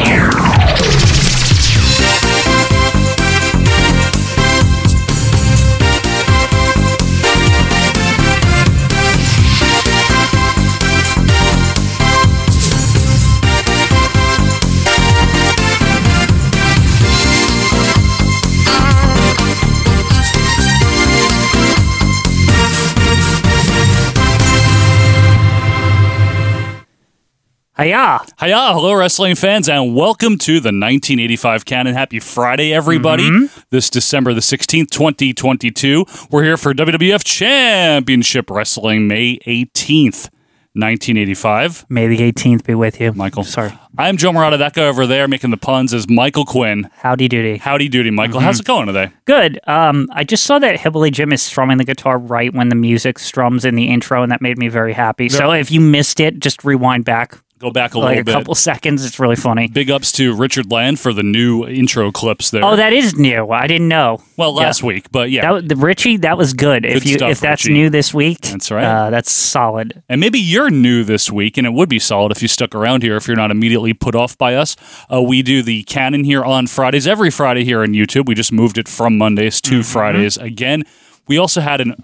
Hiya! Hiya! Hiya, hello, wrestling fans, and welcome to the 1985 Canon. Happy Friday, everybody. This December the 16th, 2022. We're here for WWF Championship Wrestling, May 18th, 1985. May the 18th be with you. Michael. Sorry. I'm Joe Morata. That guy over there making the puns is Michael Quinn. Howdy doody. Howdy doody, Michael. How's it going today? Good. Um, I just saw that Hibbly Jim is strumming the guitar right when the music strums in the intro, and that made me very happy. So if you missed it, just rewind back Go back a like a little bit. couple seconds. It's really funny. Big ups to Richard Land for the new intro clips there. Oh, that is new. I didn't know. well, last week, but yeah. That was, the Richie, that was good. if Good you stuff, if that's Richie. new this week, That's right. Uh, that's solid. And maybe you're new this week, and it would be solid if you stuck around here if you're not immediately put off by us. Uh, we do the canon here on Fridays, every Friday here on YouTube. We just moved it from Mondays Mm-hmm. to Fridays again. We also had an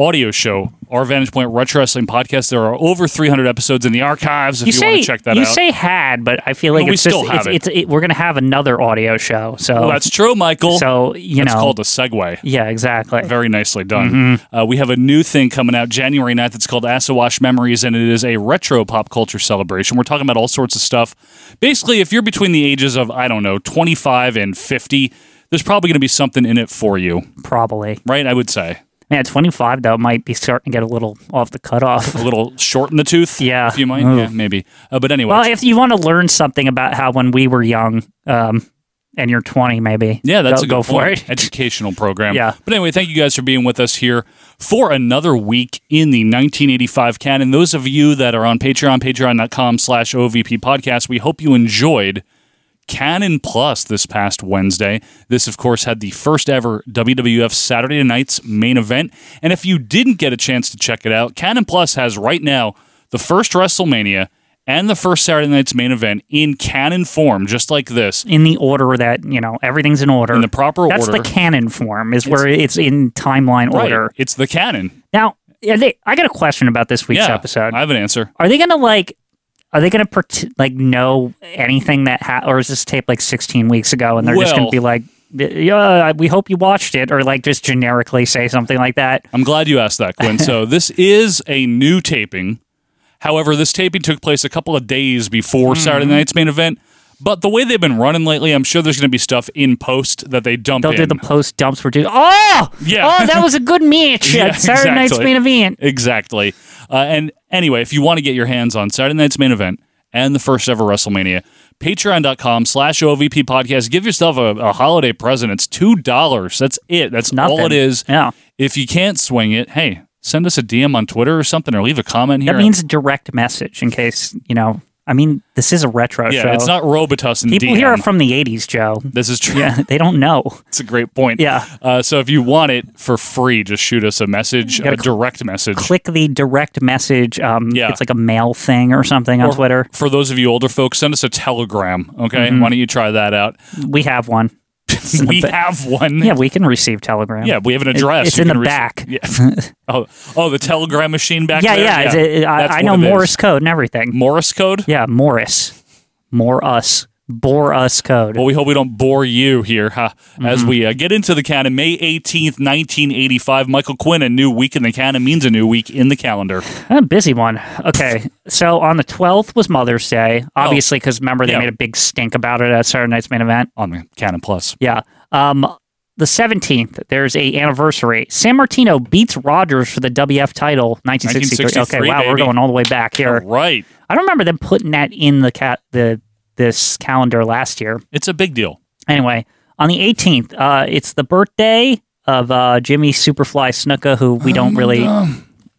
audio show, Our Vantage Point Retro Wrestling Podcast. There are over 300 episodes in the archives if you, want say to check that you out. say had, but I feel like But we it's just, still have it's, it's, it, we're gonna have another audio show. So well, that's true, Michael. so you it's know called a segue. yeah exactly. Very nicely done. Uh, we have a new thing coming out January 9th. It's called Assawash Memories, and it is a retro pop culture celebration. We're talking about all sorts of stuff. Basically, if you're between the ages of, I don't know, 25 and 50, there's probably going to be something in it for you, Probably. right? I would say. Man, 25 though might be starting to get a little off the cutoff. A little short in the tooth. Yeah. If you might. Ooh. Yeah, maybe. Uh, but anyway. Well, if you want to learn something about how when we were young, um, and you're 20 maybe, yeah, go, that's a good go for point. it. Educational program. Yeah. But anyway, thank you guys for being with us here for another week in the 1985 canon. Those of you that are on Patreon, patreon.com slash OVP podcast, we hope you enjoyed Canon Plus this past Wednesday. This, of course, had the first ever WWF Saturday Night's main event. And if you didn't get a chance to check it out, Canon Plus has right now the first WrestleMania and the first Saturday Night's main event in canon form, just like this. In the order that, you know, everything's in order. In the proper That's order. the canon form, is where it's in timeline order. Right. It's the canon. Now, are they, I got a question about this week's yeah, episode. I have an answer. Are they going to like, are they going to pret- like know anything that, ha- or is this tape like 16 weeks ago and they're just going Well- to be like, yeah, we hope you watched it, or like just generically say something like that? I'm glad you asked that, Quinn. so this is a new taping. However, this taping took place a couple of days before Hmm. Saturday night's main event. But the way they've been running lately, I'm sure there's going to be stuff in post that they dump They'll do in. the post dumps for dude. Oh, Yeah. Oh, that was a good match. Yeah, at Saturday night's exactly. main event. exactly. Uh, and anyway, if you want to get your hands on Saturday night's main event and the first ever WrestleMania, patreon.com slash OVP podcast. Give yourself a, a holiday present. It's $2. That's it. That's all Nothing. it is. Yeah, If you can't swing it, hey, send us a DM on Twitter or something or leave a comment here. that means direct message. In case you know, I mean, this is a retro yeah, show. it's not Robitussin and People DM. here are from the '80s, Joe. this is true. Yeah, they don't know. It's a great point. Yeah. Uh, so if you want it for free, just shoot us a message, a gotta cl- direct message. Click the direct message. Um, Yeah. it's like a mail thing or something on Or Twitter. Mm-hmm. For those of you older folks, send us a telegram. Okay, why don't you try that out? We have one. we have one. Yeah, we can receive Telegram. Yeah, we have an address. it's You in can the rec- back. yeah. oh, oh, the telegram machine back yeah, there. yeah. it's- it- That's I, I what know it is. Morse code and everything. Morse code. Yeah, Morris, more us, bore us code. Well, we hope we don't bore you here huh? as Mm-hmm. we uh, get into the canon. May 18th, 1985. Michael Quinn, a new week in the canon means a new week in the calendar. A busy one. Okay. So on the 12th was Mother's Day, obviously, because remember they Oh. Yeah. made a big stink about it at Saturday Night's main event. On the canon plus. Yeah. Um, the 17th, there's a anniversary. San Martino beats Rogers for the WF title 1963. 1963, okay, wow, we're baby. Oh. going all the way back here. Right. I don't remember them putting that in the cat the this calendar last year. It's a big deal. Anyway, on the 18th, uh, it's the birthday of uh, Jimmy Superfly Snuka, who we don't really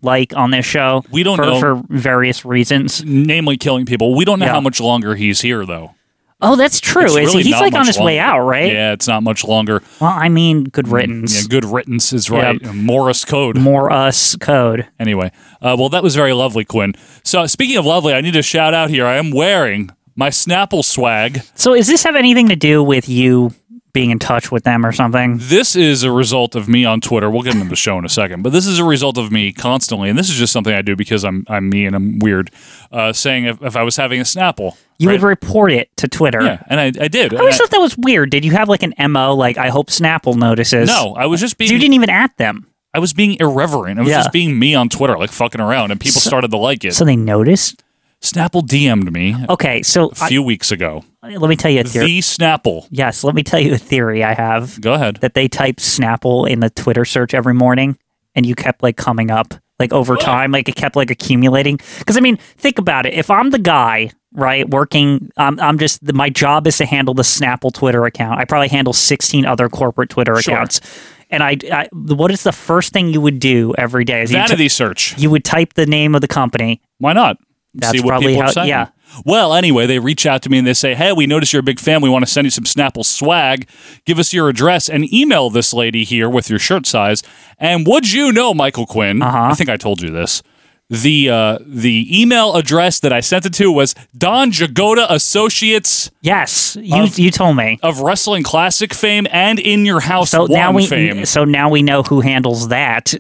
like on this show. Oh, We don't for, know. for various reasons. Namely, killing people. We don't know Yeah. how much longer he's here, though. Oh, that's true. It's Is really he? He's not like on much his way longer. out, right? Yeah, it's not much longer. Well, I mean, good riddance. Yeah, good riddance is right. Morris code. More us code. Anyway, uh, well, that was very lovely, Quinn. So, speaking of lovely, I need to shout out here. I am wearing my Snapple swag. So, does this have anything to do with you being in touch with them or something? This is a result of me on Twitter. We'll get into the show in a second, but this is a result of me constantly, and this is just something I do because I'm I'm me and I'm weird. Uh, saying if, if I was having a Snapple, You right? would report it to Twitter. yeah, and I, I did. I always And I- thought that was weird. Did you have like an MO, like, I hope Snapple notices? no, I was just being You didn't even at them. I was being irreverent. I was Yeah. just being me on Twitter, like fucking around, and people started to like it. So they noticed? Snapple DM'd me Okay, so a I, few weeks ago. let me tell you a theory. The Snapple. yes, let me tell you a theory I have. Go ahead. that they typed Snapple in the Twitter search every morning and you kept like coming up like over time like it kept like accumulating because i mean think about it if i'm the guy right working um, i'm just the, my job is to handle the snapple twitter account i probably handle 16 other corporate twitter Sure. accounts and I, I what is the first thing you would do every day is you, ty- Vanity search. you would type the name of the company Why not? That's See what probably people are how- saying. yeah. Well, anyway, they reach out to me and they say, "Hey, we notice you're a big fan. We want to send you some Snapple swag. Give us your address and email this lady here with your shirt size." And would you know, Michael Quinn? Uh-huh. I think I told you this. The uh, the email address that I sent it to was Don Jagoda Associates yes you you told me of Wrestling Classic fame and In Your House so One now we fame. so now we know who handles that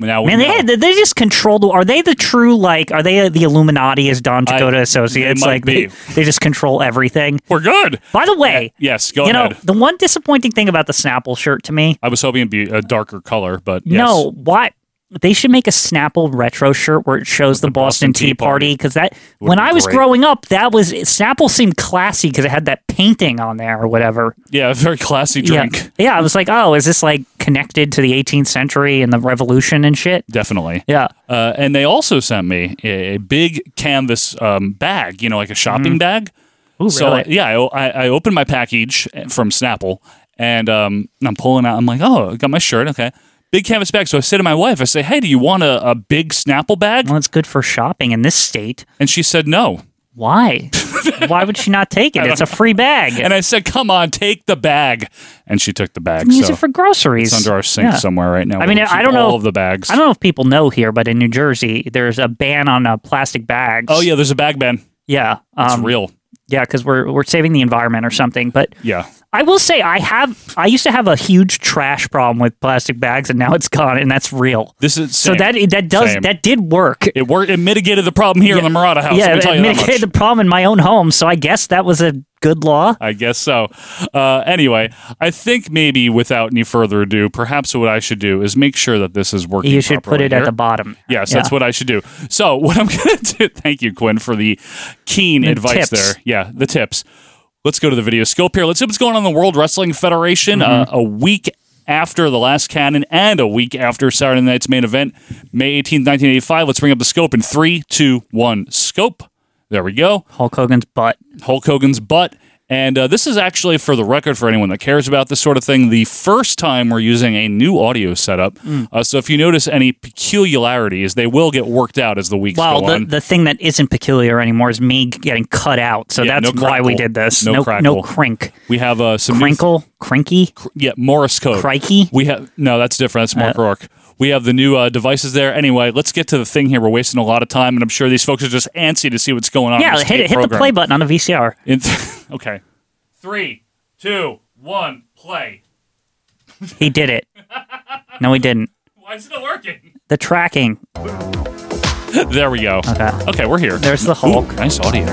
Now we Man, know. they had, they just control the. Are they the true like? Are they uh, the Illuminati as Don Dakota Associates? might like be. They, they just control everything. We're good. By the way, Yes, go you ahead. know the one disappointing thing about the Snapple shirt to me. I was hoping it'd be a darker color, but yes. No, what they should make a Snapple retro shirt where it shows the, Boston, Boston Tea Tea Party because that Would when be I was great. growing up, that was Snapple seemed classy because it had that painting on there or whatever. yeah, very classy drink. Yeah, yeah. I was like, oh, is this like connected to the 18th century and the Revolution and shit? Definitely. Yeah. Uh, and they also sent me a, a big canvas um, bag, you know, like a shopping bag. Mm-hmm. Ooh, So really? I- yeah, I, I, I opened my package from Snapple, and um, I'm pulling out. I'm like, oh, I got my shirt. Okay, big canvas bag. So I say to my wife, I say, hey, do you want a, a big Snapple bag? well, it's good for shopping in this state. And she said no. Why? Why would she not take it? It's a free bag. And I said, come on, take the bag. And she took the bag. use so it for groceries. it's under our sink Yeah. somewhere right now. I mean, We'll I keep don't know all if- of the bags. I don't know if people know here, but in New Jersey, there's a ban on uh, plastic bags. oh yeah, there's a bag ban. yeah, It's um, real. yeah, because we're we're saving the environment or something. But Yeah. I will say, I have I used to have a huge trash problem with plastic bags, and now it's gone, and that's real. This is So same. that that does Same. that did work. It worked. It mitigated the problem here in the Murata house. yeah, let me tell it you that much. mitigated the problem in my own home. So I guess that was a good law. I guess so. Uh, anyway, I think maybe without any further ado, perhaps what I should do is make sure that this is working. You should put properly it here. at the bottom. Yes, Yeah. that's what I should do. So what I'm going to do. Thank you, Quinn, for the keen advice tips. there. Yeah, the tips. Let's go to the video scope here. Let's see what's going on in the World Wrestling Federation uh, Mm-hmm. a week after the last cannon and a week after Saturday night's main event, May 18th, 1985. Let's bring up the scope in three, two, one. Scope. There we go. Hulk Hogan's butt. Hulk Hogan's butt. And uh, this is actually, for the record, for anyone that cares about this sort of thing, the first time we're using a new audio setup. Mm. Uh, so if you notice any peculiarities, they will get worked out as the weeks Well, go the, on. the thing that isn't peculiar anymore is me getting cut out. So Yeah, that's no why we crackle. did this. No No, no, crackle. crink. we have uh, some new- Crinkle? Crinky? yeah Morris code. Crikey? We have no, that's different. That's Uh. Mark Rourke. We have the new uh, devices there. Anyway, let's get to the thing here. We're wasting a lot of time, and I'm sure these folks are just antsy to see what's going on. in Yeah, this hit tape it, hit the program. play button on the VCR. In th- okay, three, two, one, play. He did it. No, he didn't. Why isn't it working? The tracking. There we go. Okay. Okay, we're here. There's the Hulk. Ooh, nice audio.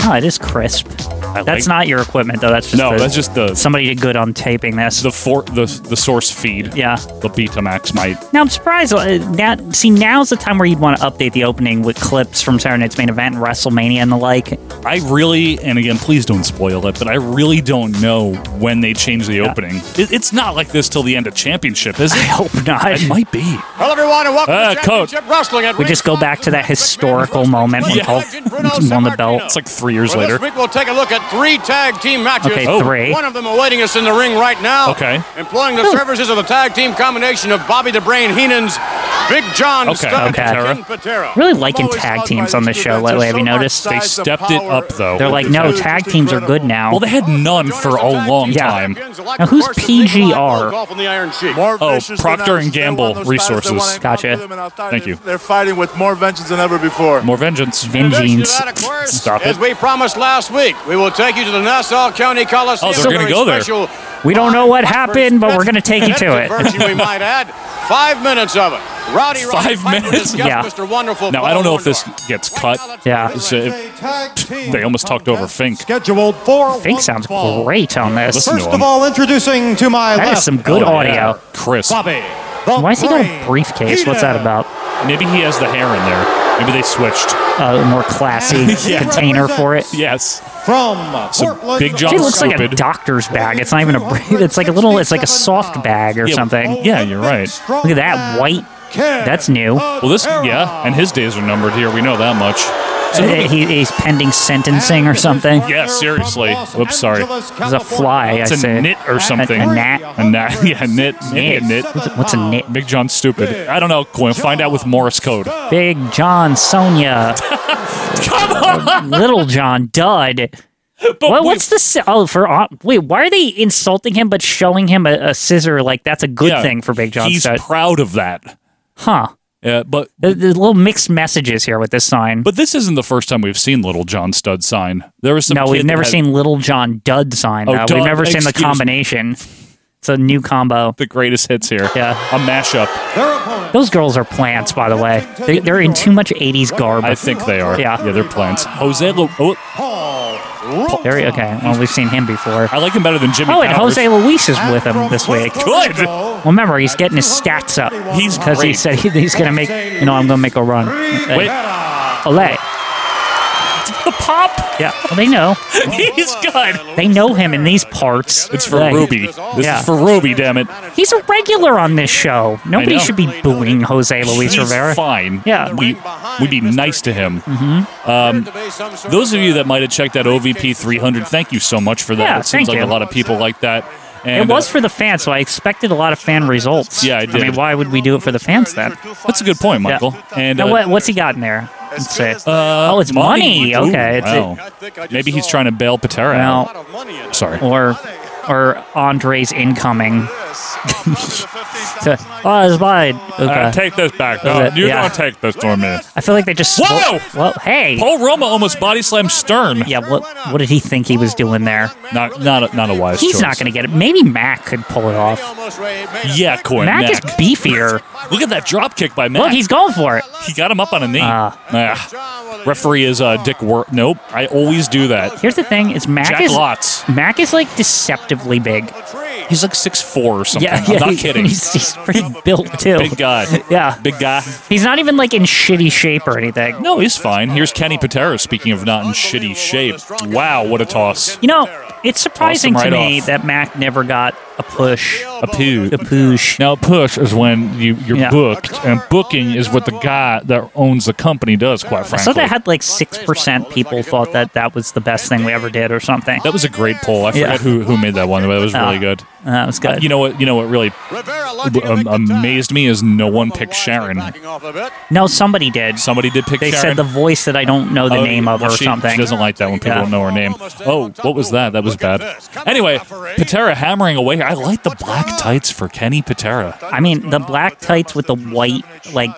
Oh, it is crisp. I That's like- not your equipment, though. That's just No, the- that's just the somebody did good on taping this. the for the the source feed. yeah. The Betamax might. Now I'm surprised. uh, Now, see, now's the time where you'd want to update the opening with clips from Saturday Night's main event, WrestleMania, and the like. I really, and again, please don't spoil it, but I really don't know when they change the opening. It, it's not like this till the end of championship, is I it? hope not. It might be. Hello, everyone, and welcome Uh, to Coach. Championship Wrestling. At We just go back to that historical moment when Yeah. Hulk won the belt. It's like three years well, later. This week we'll take a look at three tag team matches. Okay, Oh. three. One of them awaiting us in the ring right now. Okay. Employing the services of the tag team combination of Bobby the Brain Heenan's Big John Okay, Studd, okay. and Ken Patera. Really liking I'm always tag bugged teams by on these this show events. lately. There's Have so you much noticed? size They of stepped it power. up, though. They're What like, they no, do is tag teams are good now. Well, they had none for a long Yeah. time. Now, who's PGR? Oh, Oh, Procter and Gamble resources. Gotcha. Thank you. They're fighting with more vengeance than ever before. More vengeance. Vengeance. Of course, Stop it. As we promised last week. We will take you to the Nassau County Coliseum. Oh, so we're for gonna a go there. special We don't know what five-minute happened, but we're gonna take you to it. version, we might add. Five minutes of it. Rowdy Roddy Five Piper minutes? discussed Yeah. Mr. Wonderful Now, Paul I don't know if this Orndorff. gets cut. Yeah. It's, uh, They they almost talked over Fink. Scheduled for Fink one sounds fall. great on this. Listen- First to him. of all, introducing to my That is left, some good Oh, yeah. audio. Chris. Bobby. the Why has he got a Brain briefcase? What's that Heenan. about? Maybe he has the hair in there. Maybe they switched. A more classy Yeah. container for it. Yes. From Some Portland, big job It looks like a Stupid. doctor's bag. It's not even a. br- It's like a little. It's like a soft bag or Yeah. something. Uh, Yeah, you're right. Look at that white. That's new. Well, this, yeah, and his days are numbered here. We know that much. So who Uh, did- he, he's pending sentencing or something. Yeah, seriously. Whoops, sorry. There's a fly. I it's a say. knit or something. a gnat. A gnat. Yeah, a knit. Maybe a knit. What's a knit? Big John's stupid. I don't know, Quinn. Find out with Morse code. Big John, Sonia, Come on! Little John, Dud. But Well, we- what's the s- oh for uh, wait? Why are they insulting him but showing him a, a scissor? Like that's a good yeah, thing for Big John He's Stud, proud of that. huh? Yeah, but There- There's little mixed messages here with this sign. but this isn't the first time we've seen Little John Stud sign. There was some. no, kid we've that never had seen Little John Dud sign. Oh, though. Dud, we've never seen the excuse me. combination. It's a new combo. the greatest hits here. Yeah. a mashup. Those girls are plants, by the way. They, they're in too much '80s garb. I think they are. Yeah. yeah, they're plants. Jose. Lu- oh, Very okay. Well, we've seen him before. I like him better than Jimmy. Oh, and Powers. Jose Luis is with him this week. Good. Well, remember, he's getting his stats up. He's because he great. said he, he's going to make. You know, I'm going to make a run. Wait, Olay. the pop. Yeah, well, they know. He's good. They know him in these parts. It's for Like, Ruby. This Yeah. is for Ruby. Damn it. He's a regular on this show. Nobody know. should be booing Jose Luis He's Rivera. Fine. Yeah. Mm-hmm. we we'd be nice to him. Um, Those of you that might have checked out OVP 300, thank you so much for that. Yeah, it seems thank like you. a lot of people like that. It And, was uh, for the fans, so I expected a lot of fan results. Yeah, I did. mean, why would we do it for the fans then? that's a good point, Yeah. Michael. And now, uh, what, what's he got in there? Let's see. uh, oh, it's money. Ooh, Okay, it's a- wow. Maybe he's trying to bail Patera out. Well, Sorry. or or Andre's incoming. So, oh, it's mine. Okay. Uh, take this back. No, it? you Yeah. don't take this from me. I feel like they just. Whoa! Well, hey. Paul Roma almost body slammed Stern. Yeah, what what did he think he was doing there? Not, not, a, not a wise He's choice. not going to get it. Maybe Mac could pull it off. Yeah, Coin. Mac, is beefier. Look at that drop kick by Mac. Look, he's going for it. He got him up on a knee. Ah. Ah. Referee is uh, Dick Wor. Nope. I always do that. Here's the thing: it's Mac Jack is Lots. Mac is like deceptively big. He's like six four or something. Yeah, I'm yeah. not he- kidding. He's, he's pretty built too. Big guy. Yeah, Big guy. he's not even like in shitty shape or anything. No, he's fine. Here's Kenny Patera. Speaking of not in shitty shape. Wow, what a toss. You know, it's surprising right to me off. that Mac never got a push. A poo. A push. Now, push is when you, you're Yeah. booked, and booking is what the guy that owns the company does, quite I frankly. saw that had like six percent people thought that that was the best thing we ever did or something. That was a great poll. Yeah. I forget who, who made that one, but it was really Ah. good. That was good. You know what? You know what really um, amazed me is no one picked Sharon. no, somebody did. Somebody did pick They said Sharon. the voice that I don't know the Oh, name of well, or she, something. She doesn't like that when people Yeah. don't know her name. Oh, what was that? That was bad. Anyway, Patera hammering away. I like the black tights for Kenny Patera. I mean, the black tights with the white, like,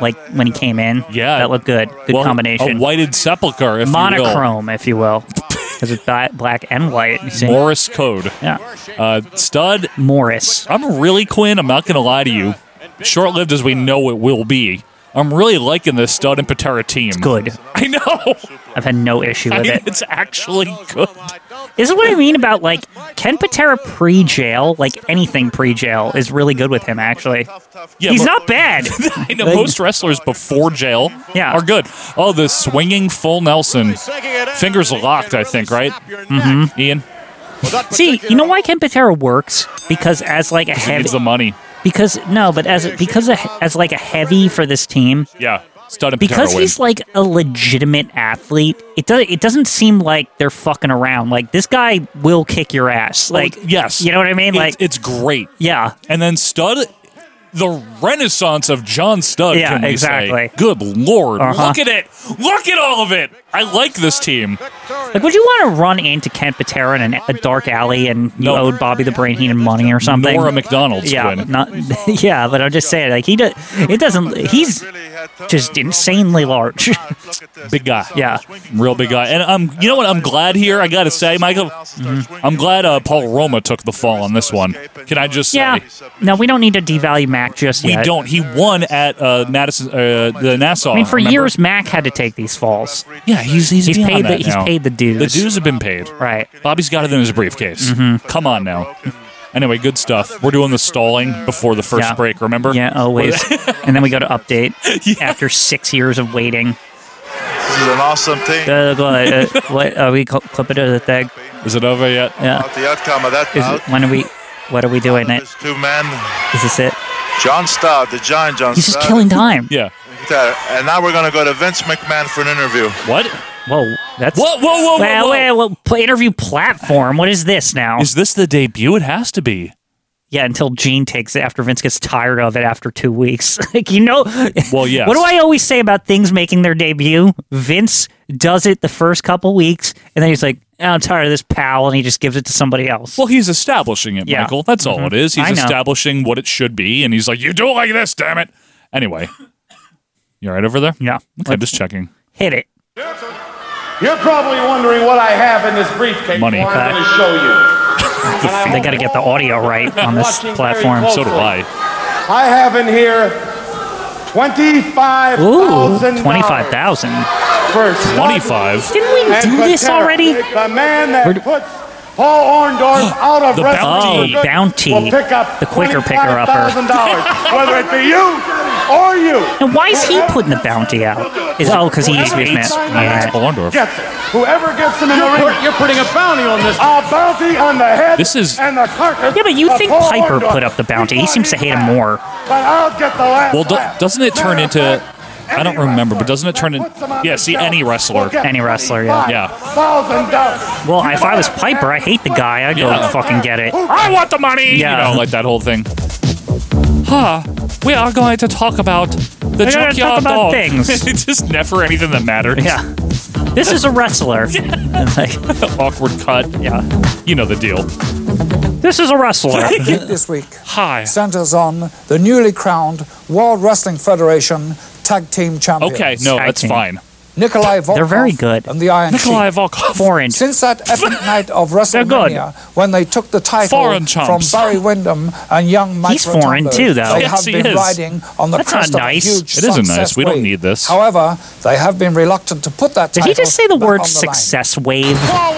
like when he came in. Yeah. that looked good. Good Well, combination. A whited sepulcher, if Monochrome, if you will, because it's di- black and white. You see? you will. Morris Code. yeah, Uh, stud. Morris. I'm really Quinn. I'm not going to lie to you. Short lived as we know it will be. I'm really liking this stud and Patera team. Good. I know. I've had no issue I with mean, it. it's actually good. This is what I mean about like Ken Patera pre-jail, like anything pre-jail, is really good with him. Actually, Yeah, he's but- not bad. I know most wrestlers before jail Yeah. are good. Oh, the swinging full Nelson. Fingers locked, I think, right? Mm-hmm. Ian, See, you know why Ken Patera works? Because as like a he heavy, needs the money. because no, but as because a, as like a heavy for this team, Yeah. Stud and because Patera he's win. like a legitimate athlete. It does it doesn't seem like they're fucking around. Like this guy will kick your ass. Like Oh, yes. you know what I mean. It's- Like it's great. yeah, And then Stud the renaissance of John Studd. Yeah, can we say. exactly. Good lord, Uh-huh. look at it! Look at all of it! I like this team. Like, would you want to run into Kent Patera in an, a dark alley and you No. owed Bobby the Brain Heenan money or something? Nora McDonald's yeah, Quinn. not yeah, but I'm just saying, like he does. It doesn't. He's just insanely large. Big guy. Yeah. Real big guy. And um, you know what? I'm glad here. I got to say, Michael, Mm-hmm. I'm glad uh, Paul Roma took the fall on this one. Can I just say? yeah. No, we don't need to devalue Mac just We yet. don't. He won at uh, Madison, uh, the Nassau. I mean, for remember? years Mac had to take these falls. Yeah, he's he's, He's beyond paid the- that he's now. paid the dues. The dues have been paid. Right. Bobby's got it in his briefcase. Come on now. Anyway, good stuff. We're doing the stalling before the first Yeah. break. Remember? Yeah, always. and then we go to update after six years of waiting. This is an awesome team. Uh, uh, what are we cl- clip it to the thing? Is it over yet? Yeah. About the outcome of that Is Uh, bout. when are we? What are we doing? It There's two men. is this it? John Studd, the giant John He's just Studd. killing time. uh, Yeah. And now we're going to go to Vince McMahon for an interview. What? Whoa, that's Whoa! Whoa! Whoa! Whoa! Well, whoa. well, well, pl- interview platform. What is this now? Is this the debut? It has to be. yeah, until Gene takes it after Vince gets tired of it after two weeks. like you know, Well, yes. What do I always say about things making their debut? Vince does it the first couple weeks, and then he's like, "Oh, "I'm tired of this pal," and he just gives it to somebody else. Well, he's establishing it, Yeah. Mm-hmm. Michael. That's all it is. He's I know. establishing what it should be, and he's like, "You do it like this, damn it." Anyway, you all right over there? Yeah. Okay, I'm just checking. Hit it. You're probably wondering what I have in this briefcase. Money. Well, I'm going to show you. They got to get the audio right on this Watching very platform. close. So do I. I have in here twenty-five Ooh, thousand. twenty-five thousand. First. Twenty-five. Didn't we do this already? The man that Where'd- puts Paul Orndorff out of The wrestling bounty. for good Bounty. will pick up The quicker picker upper. $25,000, whether it be you or you. And why is he putting the bounty out? Is oh, because he used to be a man. Hates- All Max right. Bollendorf. Gets it. Whoever gets him in the You're, ring, you're putting a bounty on this. a bounty on the head This is- and the carcass. Yeah, but you of think Paul Piper Orndorff. put up the bounty? He seems to hate him more. But I'll get the last. Well, do- laugh. doesn't it turn Matter into- of fact, I don't any remember, but doesn't wrestler it turn that in- puts them on Yeah, the see, shelf any wrestler. will get Any wrestler, yeah. Yeah. $25,000. Well, if I was Piper, I hate the guy. I'd go Yeah. fucking get it. I want the money. Yeah. You know, like that whole thing. Huh. We are going to talk about the gonna junkyard talk about dog. things. it's just never anything that matters. Yeah. This is a wrestler. And like, Awkward cut. yeah. You know the deal. This is a wrestler. this week Hi. centers on the newly crowned World Wrestling Federation Tag Team Champions. Okay. No, Tag that's team. fine. Nikolai Volkov They're very good. and the Iron Nikolai Sheik. Volkov. Orange. Since that epic night of WrestleMania, when they took the title Foreign from chumps. Barry Windham and young Mike He's foreign Rotundo, too, though. They have Yes, he been is. riding on the That's crest not of nice. a huge It isn't success nice. We don't wave. need this. However, they have been reluctant to put that. Did title he just say the back word on the line. success wave?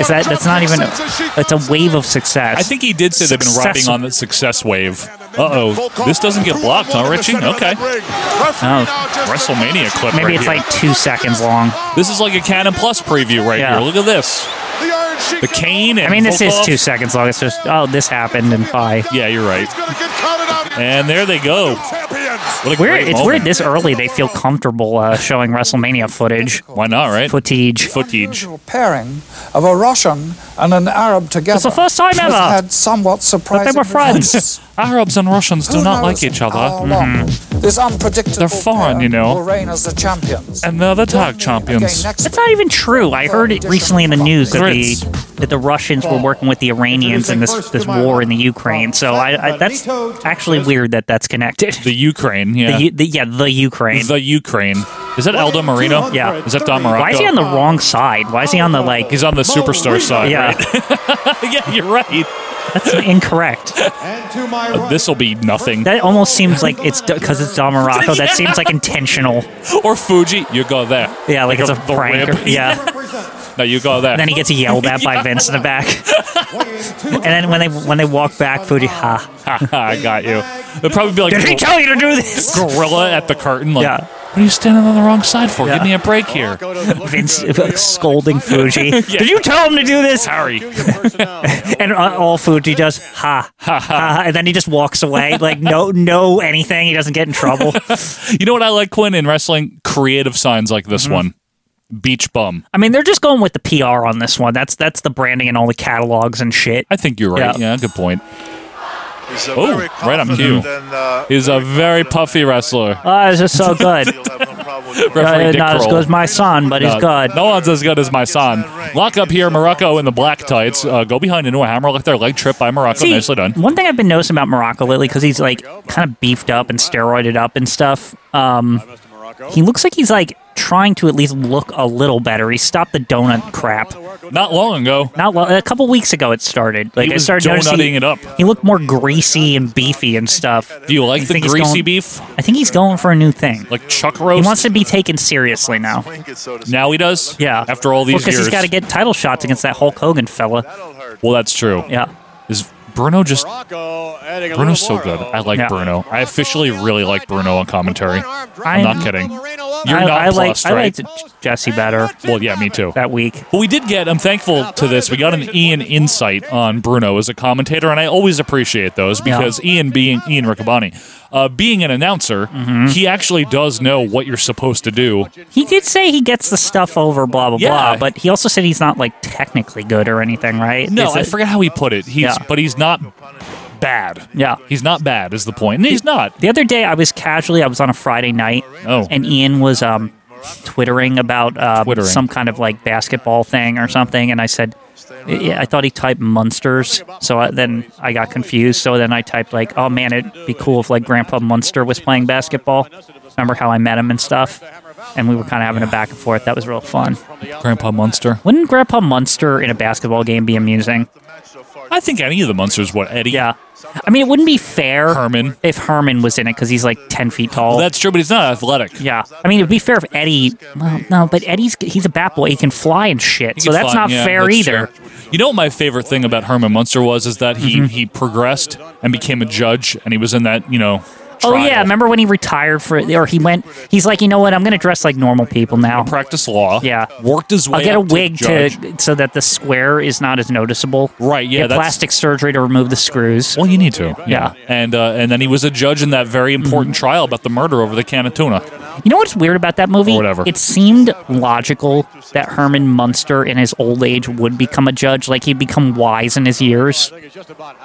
Is that that's not even it's a wave of success. I think he did say they've been riding Successful. on the success wave. Uh oh. This doesn't get blocked, huh, Richie? Okay. Oh, WrestleMania clip maybe right it's here. like 2 seconds long. This is like a Canon Plus preview right Yeah. here. Look at this. The cane and I mean, this is Volkov. 2 seconds long. It's just oh, this happened and bye. Yeah, you're right. And there they go. What a Weird, great it's moment. weird this early they feel comfortable uh, showing WrestleMania footage. Why not, right? Footage. Footage. unusual pairing of a Russian and an Arab together. It's the first time has ever. had somewhat surprising were friends. results. Arabs and Russians do Who not like knows Oh. each other. Mm-hmm. how long This unpredictable They're foreign, pair you know. will reign as the champions. And they're the tag Germany champions. again next That's not week. even true. I heard it recently in the news that the Grits. that the Russians were working with the Iranians in this this war in the Ukraine. So I, I that's actually weird that that's connected. The Ukraine, yeah. The, The, U- the, yeah, the Ukraine. Ukraine. Is that Eldo Marino? Yeah. Is that Don Morocco? Why is he on the wrong side? Why is he on the like? He's on the superstar side, yeah, right? yeah, you're right. that's incorrect. And to my right, This will be nothing. That almost seems like it's because it's Don Morocco. That seems like intentional. or Fuji, you go there. Yeah, like, it's a the prank. rib. Or, yeah. No, you go there. And then he gets yelled at by Vince in the back. and then when they when they walk back, Fuji, ha. I got you. It'll probably be like Did he a tell you to do this? gorilla at the curtain. Like, Yeah. what are you standing on the wrong side for? Yeah. Give me a break here. Vince uh, scolding Fuji. Did you tell him to do this? Sorry. And uh, all Fuji does, ha, ha, ha, and then he just walks away, like no, no anything. He doesn't get in trouble. You know what I like, Quinn, in wrestling? Creative signs like Mm-hmm. this one. Beach bum. I mean, they're just going with the PR on this one. That's that's the branding and all the catalogs and shit. I think you're right. Yeah. Yeah, good point. He's a Oh, very right on cue. confident and, uh, He's a very confident puffy and very wrestler. Oh, this is so good. confident. You'll have no problem with him. Referee Uh, Dick not as Kroll. good as my son, but he's No, good. No one's as good as my son. Lock up here, Morocco in the black tights. Uh, go behind into a hammer. Look their leg trip by Morocco. See, Nicely done. One thing I've been noticing about Morocco lately, because he's like kind of beefed up and steroided up and stuff. Um, he looks like he's like trying to at least look a little better. He stopped the donut crap. Not long ago. Not well, a couple weeks ago it started. Like He was I started noticing donutting it up. He looked more greasy and beefy and stuff. Do you like You the think he's greasy going- beef? I think he's going for a new thing. Like chuck he roast? wants to be taken seriously now. Swing it, so to now he does? Yeah. After all these because years. he's got to get title shots against that Hulk Hogan fella. That'll hurt. well, that's true. Yeah. Is Bruno just. Morocco adding a Bruno's little so good. more. I like Yeah. Bruno. I officially really like Bruno on commentary. I'm not kidding. You're I, not I like plus, I right? liked Jesse better Well, yeah, me too. that week. But we did get, I'm thankful to this, we got an Ian insight on Bruno as a commentator, and I always appreciate those because Ian being Ian Riccaboni, uh, being an announcer, Mm-hmm. he actually does know what you're supposed to do. He did say he gets the stuff over, blah blah Yeah. blah, but he also said he's not like technically good or anything, right? No, Is I it- forget how he put it. He's Yeah. but he's not bad. Yeah. He's not bad is the point. And he's not. The other day, I was casually, I was on a Friday night, Oh. and Ian was um, twittering about um, Twittering. some kind of like basketball thing or something, and I said, yeah, I thought he typed Munsters, so I, then I got confused. So then I typed like, oh man, it'd be cool if like Grandpa Munster was playing basketball. Remember how I met him and stuff, and we were kind of having a back and forth. That was real fun. Grandpa Munster. Wouldn't Grandpa Munster in a basketball game be amusing? I think any of the Munsters would Eddie. Yeah, I mean, it wouldn't be fair Herman. if Herman was in it because he's like ten feet tall. Well, that's true, but he's not athletic. Yeah, I mean it'd be fair if Eddie. Well, no, but Eddie's he's a bat boy. He can fly and shit, He so could that's fly, not yeah, fair that's either. Mm-hmm. true. You know what my favorite thing about Herman Munster was is that he he progressed and became a judge, and he was in that you know. Oh yeah, trial. remember when he retired for or he went? He's like, you know what? I'm gonna dress like normal people now. practice law. Yeah. worked his way. I'll get a up wig to, to, judge. so that the square is not as noticeable. Right, yeah, Get that's- plastic surgery to remove the screws. Well, you need to. Yeah. Mm-hmm. and uh, and then he was a judge in that very important trial about the murder over the can of tuna. You know what's weird about that movie? Or whatever. It seemed logical that Herman Munster in his old age would become a judge, like he'd become wise in his years.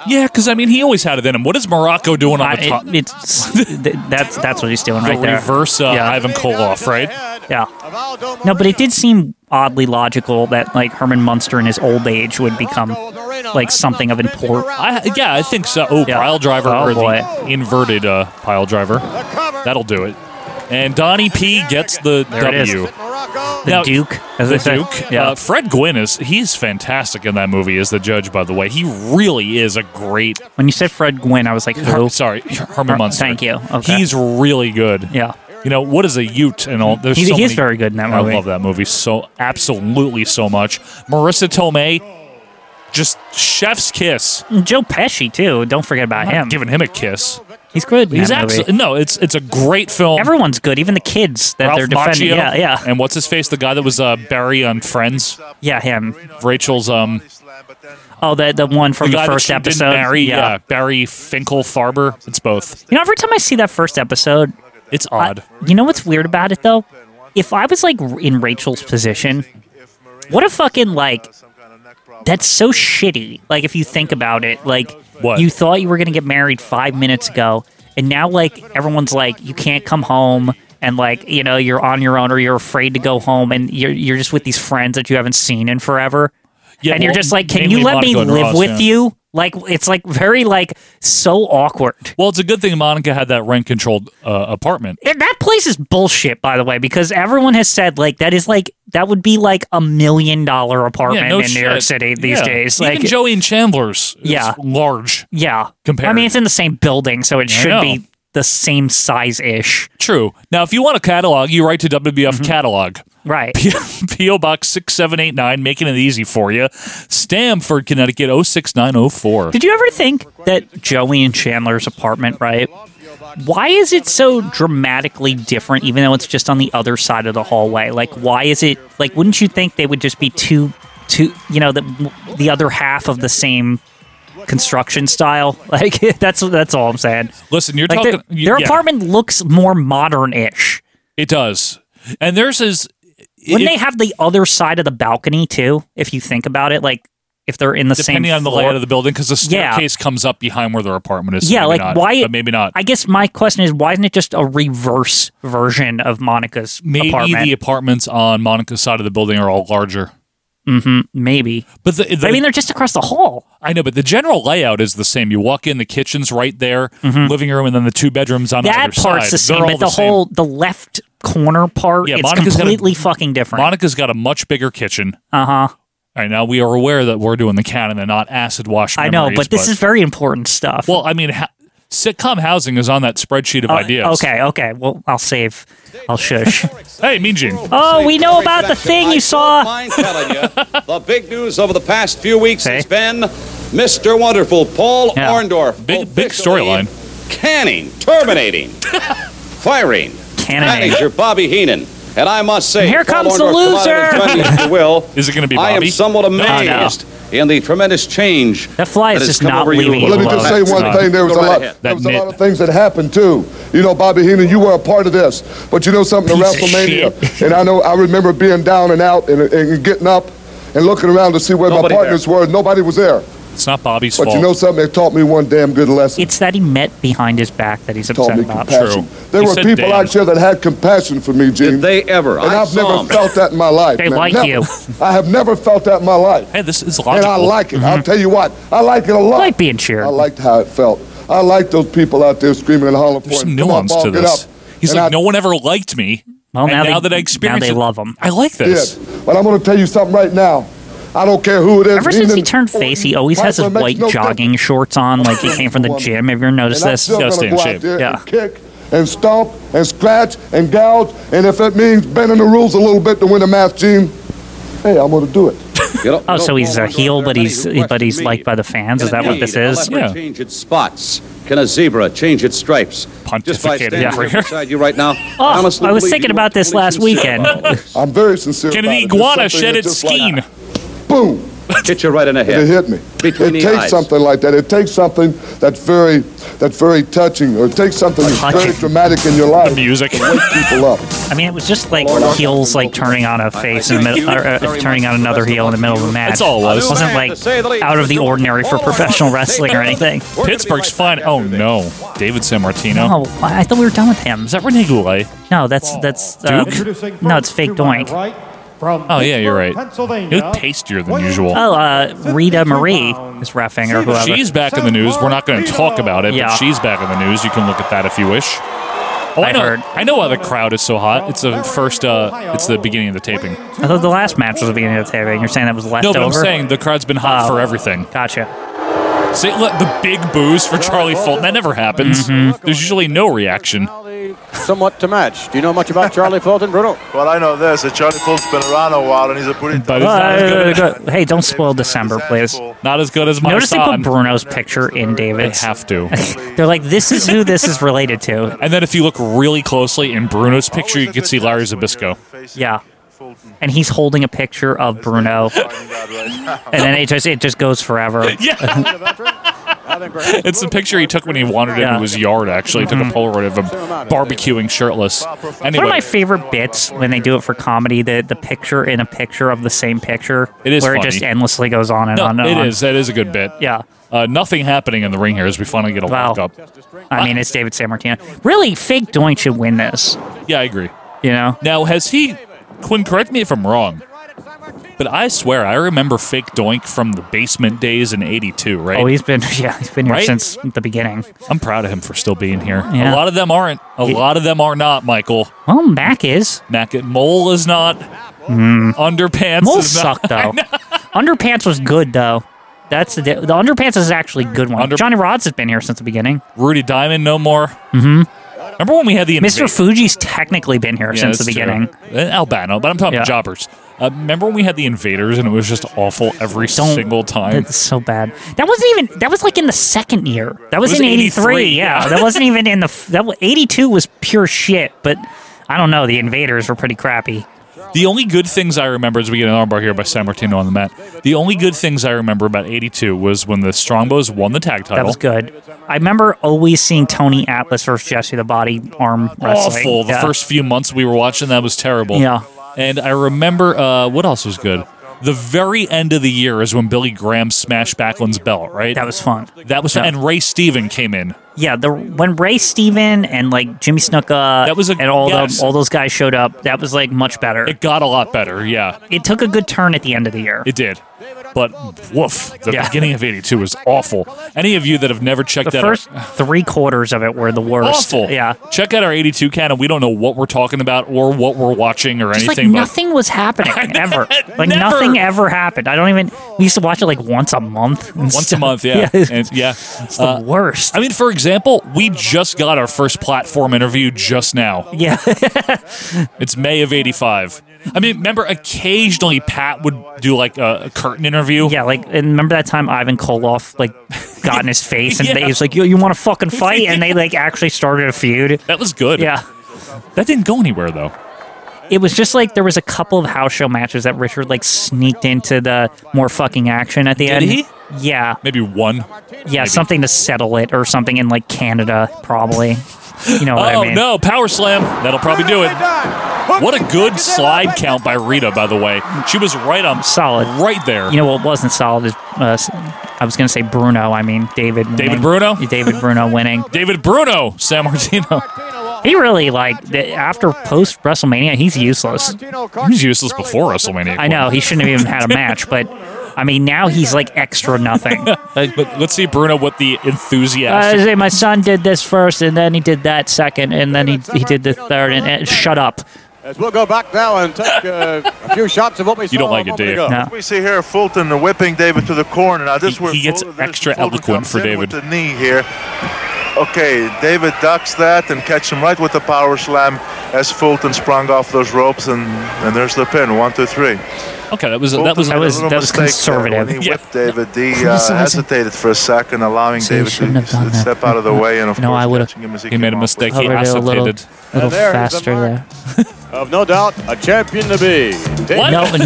Yeah, because I mean, he always had it in him. What is Morocco doing on Uh, the top? it, it's th- that's that's what he's doing right the there. reverse uh, Yeah. Ivan Koloff, right? Yeah. No, but it did seem oddly logical that like Herman Munster in his old age would become like something of import. I, yeah, I think so. Oh, Yeah. pile driver Oh, or boy. the inverted uh, pile driver. That'll do it. And Donnie P gets the it is. W. The Now- Duke, as The they say. Duke. Yeah. Uh, Fred Gwynn is he's fantastic in that movie as the judge. By the way, he really is a great. when you said Fred Gwynn, I was like, Her, who? sorry, Herman Her- Munster. thank you. Okay. He's really good. Yeah. You know what is a Ute and all? There's He's, so he's many- very good in that I movie. love that movie so absolutely so much. Marissa Tomei, just chef's kiss. And Joe Pesci too. Don't forget about I'm him. giving him a kiss. He's good. In He's that movie. absolutely no. It's it's a great film. Everyone's good, even the kids that Ralph they're defending. Macchio, Yeah, yeah, And what's his face? The guy that was uh, Barry on Friends. yeah. Him. Rachel's um Oh, the the one from the the, guy first that she episode. didn't marry. Yeah. Barry Finkel Farber. It's both. You know, every time I see that first episode, It's I- odd. you know what's weird about it though? If I was like r- in Rachel's position, what a fucking like. That's so shitty. Like if you think about it, like What? you thought you were gonna get married five minutes ago, and now like everyone's like you can't come home, and like you know you're on your own or you're afraid to go home, and you're you're just with these friends that you haven't seen in forever, Yeah, and you're well, just like, can mainly you let me Monica and live Ross, with yeah. you? Like it's like very like so awkward. Well, it's a good thing Monica had that rent controlled uh, apartment. And that place is bullshit, by the way, because everyone has said like that is like that would be like a million dollar apartment in New York shit. City these Yeah. days. Even Like, Joey and Chandler's is Yeah. large. yeah, compared. I mean, it's in the same building, so it should know. be the same size ish, True. Now, if you want a catalog, you write to WBF Mm-hmm. catalog. right? P.O. Box 6789, making it easy for you. Stamford, Connecticut 06904. Did you ever think that Joey and Chandler's apartment, right? Why is it so dramatically different, even though it's just on the other side of the hallway? Like, why is it like? Wouldn't you think they would just be two, two? You know, the the other half of the same construction style. Like, that's that's all I'm saying. Listen, you're Like, talking. their, their yeah, apartment looks more modern-ish. It does. And theirs is. Wouldn't it- they have the other side of the balcony too? If you think about it, like if they're in the same Depending on the floor. layout of the building, because the Yeah. staircase comes up behind where their apartment is. so yeah, maybe like not, why? But maybe not. I guess my question is, why isn't it just a reverse version of Monica's maybe apartment? the apartments on Monica's side of the building are all larger. maybe. But the, the, I mean, they're just across the hall. I know, but the general layout is the same. You walk in, the kitchen's right there, living room, and then the two bedrooms on Mm-hmm. That either part's side. the same, They're but all the, same. whole the left corner part, Yeah, it's Monica's got a- completely fucking different. Monica's got a much bigger kitchen. uh huh. All right, now we are aware that we're doing the canon and not acid wash. I know, memories, but this is very important stuff. well. I mean, ha- sitcom housing is on that spreadsheet of Uh, ideas. Okay, okay. Well, I'll save. I'll shush. Hey, Mean Gene. oh, we know about the thing you saw. mind telling you, the big news over the past few weeks Okay. has been Mr. Wonderful Paul Yeah. Orndorff. Oh, Big- big officially storyline. Canning, terminating, firing Cannon. manager Bobby Heenan. And I must say, Here Paul comes the Orndorff, come out and join loser. Oh, me if you will. Is it going to be I Bobby? am somewhat amazed in the tremendous change. That fly is has just come not over leaving You. you Let me just Well, say that's one not- thing. There was Go a right lot. ahead. There was a That lot nit. of things that happened too. You know, Bobby Heenan, you were a part of this, but you know something, the Piece of WrestleMania, and I know I remember being down and out and, and getting up and looking around to see where Nobody my partners were. Nobody was there. It's not Bobby's But fault. you know something, it taught me one damn good lesson. It's that he met behind his back that he's taught upset me about. compassion. True. There You were said people damn. out there that had compassion for me, Gene. Did they ever? and I I've saw never 'em. felt that in my life. They man. like Never. you. I have never felt that in my life. hey, this is And logical. I like it. I'll tell you what, I like it a lot. I like being cheered. I liked how it felt. I like those people out there screaming and hollering There's for some it. Come on, nuance ball, to get this. up. He's And like, I no one ever liked me. Well, and now they- now that I now experience they it, love him. I like this. did. But I'm going to tell you something right now. I don't care who it is. Ever since Even- he turned face, he always has his Michael, it makes white no jogging shorts on, like he came from the gym. Have you ever noticed difference. And I'm this? Gotta still gonna stay in go out shape. there Yeah. And kick and stomp and scratch and gouge. And if it means bending the rules a little bit to win a match, Gene, hey, I'm going to do it. You know- Oh, so he's a heel, but he's Many who but he's questioned liked me. by the fans. Can Is that what indeed this a is? leopard Yeah. change its spots? Can a zebra change its stripes? Just by Pontificating standing over here here. beside you right now. Oh, I honestly I was believe thinking you about were this only last sincere weekend. about all this. I'm very sincere. Can about an it. There's iguana something shed that's its just like- skein? boom. Hit you right in the It head. hit me. Between the it takes eyes. something like that. It takes something that's very, that's very touching, or it takes something that's very Touching. dramatic in your life. The music. to wake people up. I mean, it was just like heels like turning on a face in the thank middle, you or, uh, very turning much on for the another rest heel in of the middle of a match. That's all it was. It wasn't like out of the ordinary for professional wrestling or anything. Pittsburgh's fine. Oh no, David San Martino. Oh, I thought we were done with him. Is that Rene Goulet? No, that's that's uh, Introducing no, it's fake first to my doink. right, from Oh, yeah, you're Pittsburgh, right. Pennsylvania, It looked tastier than weighing usual. Oh, uh, Rita 52 Marie pounds, is refing or Cena. whoever. She's back in the news. We're not going to talk about it, Yeah. but she's back in the news. You can look at that if you wish. Oh, I, I know. heard. I know why the crowd is so hot. It's the first. Uh, it's the beginning of the taping. I thought the last match was the beginning of the taping. You're saying that was left No, but I'm over? saying the crowd's been hot Oh. for everything. gotcha. Say, let the big booze for Charlie Fulton. That never happens. Mm-hmm. There's usually no reaction. Somewhat to match. Do you know much about Charlie Fulton, Bruno? Well, I know this. that Charlie Fult's been around a while, and he's a pretty. But it's Uh, not as good. hey, don't spoil December, please. Not as good as my Notice they son. put Bruno's picture in David's. They have to. They're like, this is who this is related to. and then if you look really closely in Bruno's picture, you can see Larry Zabisco. Yeah. And he's holding a picture of Bruno, and then it just it just goes forever. Yeah, it's the picture he took when he wandered Yeah. Mm-hmm. into his yard. Actually, he took a Polaroid of him barbecuing shirtless. One of my Anyway, favorite bits when they do it for comedy, the the picture in a picture of the same picture, It is where funny. it just endlessly goes on and no, on and it on. is. That is a good bit. Yeah. Uh, nothing happening in the ring here as we finally get a Wow. lock up. I mean, it's David San Martino. Really, fake Doink should win this. Yeah, I agree. You know, Now, has he? Quinn, correct me if I'm wrong, but I swear I remember Fake Doink from the basement days in '82. Right? oh, he's been yeah, he's been here Right? since the beginning. I'm proud of him for still being here. Yeah. A lot of them aren't. A lot of them are not. Michael Well, Mac is. Mackett Mole is not. Underpants Mm. Mole is not. sucked though. Underpants was good though. That's the di- the underpants is actually a good one. Under- Johnny Rods has been here since the beginning. Rudy Diamond no more. Mm-hmm. Remember when we had the Mr. invasion? Fuji's technically been here Yeah, since the that's true. beginning. Uh, Albano, but I'm talking Yeah. jobbers. Uh, remember when we had the invaders and it was just awful every Don't- single time. That's so bad. That wasn't even. That was like in the second year. That was, was in 83, '83. Yeah, yeah. that wasn't even in the. f- That wa- '82 was pure shit. But I don't know. The invaders were pretty crappy. The only good things I remember as we get an armbar here by San Martino on the mat. The only good things I remember about '82 was when the Strongbows won the tag title. That was good. I remember always seeing Tony Atlas versus Jesse the Body arm wrestling. awful. The Yeah. first few months we were watching that was terrible. Yeah. And I remember uh, what else was good? The very end of the year is when Billy Graham smashed Backlund's belt, right? That was fun. That was, and Ray Steven came in. Yeah, the when Ray Steven and like Jimmy Snuka That was a- and all yes. the all those guys showed up. That was like much better. It, It got a lot better. Yeah, took a good turn at the end of the year. it did. But woof, the Yeah. beginning of '82 was awful. Any of you that have never checked the that first out, three quarters of it were the worst. awful. Yeah. Check out our '82 canon. We don't know what we're talking about or what we're watching or Just like anything. but nothing was happening ever. Like Never. nothing ever happened. I don't even. We used to watch it like once a month. and once a stuff. month, yeah, it's, And- yeah. it's Uh, the worst. I mean, for example, we just got our first platform interview just now. yeah. It's May of '85. I mean, remember occasionally Pat would do like a, a curtain interview. Yeah, like and remember that time Ivan Koloff like got in his face and Yeah. they, he was like, "Yo, you want to fucking fight?" And they like actually started a feud. that was good. Yeah, that didn't go anywhere though. it was just like there was a couple of house show matches that Richard like sneaked into the more fucking action at the Did end. he? Yeah, Maybe one. yeah, something to settle it or something in like Canada probably. You know what oh I mean? no, power slam. That'll probably do it. What a good slide count by Rita, by the way. She was right on Solid. right there. You know what wasn't solid is uh, I was gonna say Bruno. I mean David. David Bruno? David Bruno winning. David Bruno, San Martino. He really like the, after post WrestleMania, he's useless. He was useless before WrestleMania. I know he shouldn't have even had a match, but I mean now he's like extra nothing. Uh, Like, but let's see Bruno with the I enthusiasm. say my son did this first, and then he did that second, and then he he did the third, and, and shut up. As we'll go back now and take uh, a few shots of what we saw. You don't like a it, do moment you? ago. No. We see here Fulton whipping David to the corner. Now this He- where he gets Fulton- this extra Fulton eloquent comes for in David. with the knee here. Okay, David ducks that and catch him right with the power slam as Fulton sprung off those ropes and and there's the pin. One, two, three. okay, that was that was Fulton That made a was- little that mistake was there conservative. When he Yeah. whipped David, he uh, Criticizing. hesitated for a second, allowing See, David shouldn't to have done that. step out of the way and of No, course I would've- catching him as he, he made a came off with mistake. it. He Over there a little, acetated. little there is the faster mark. there. Of no doubt, a champion to be. David What? No,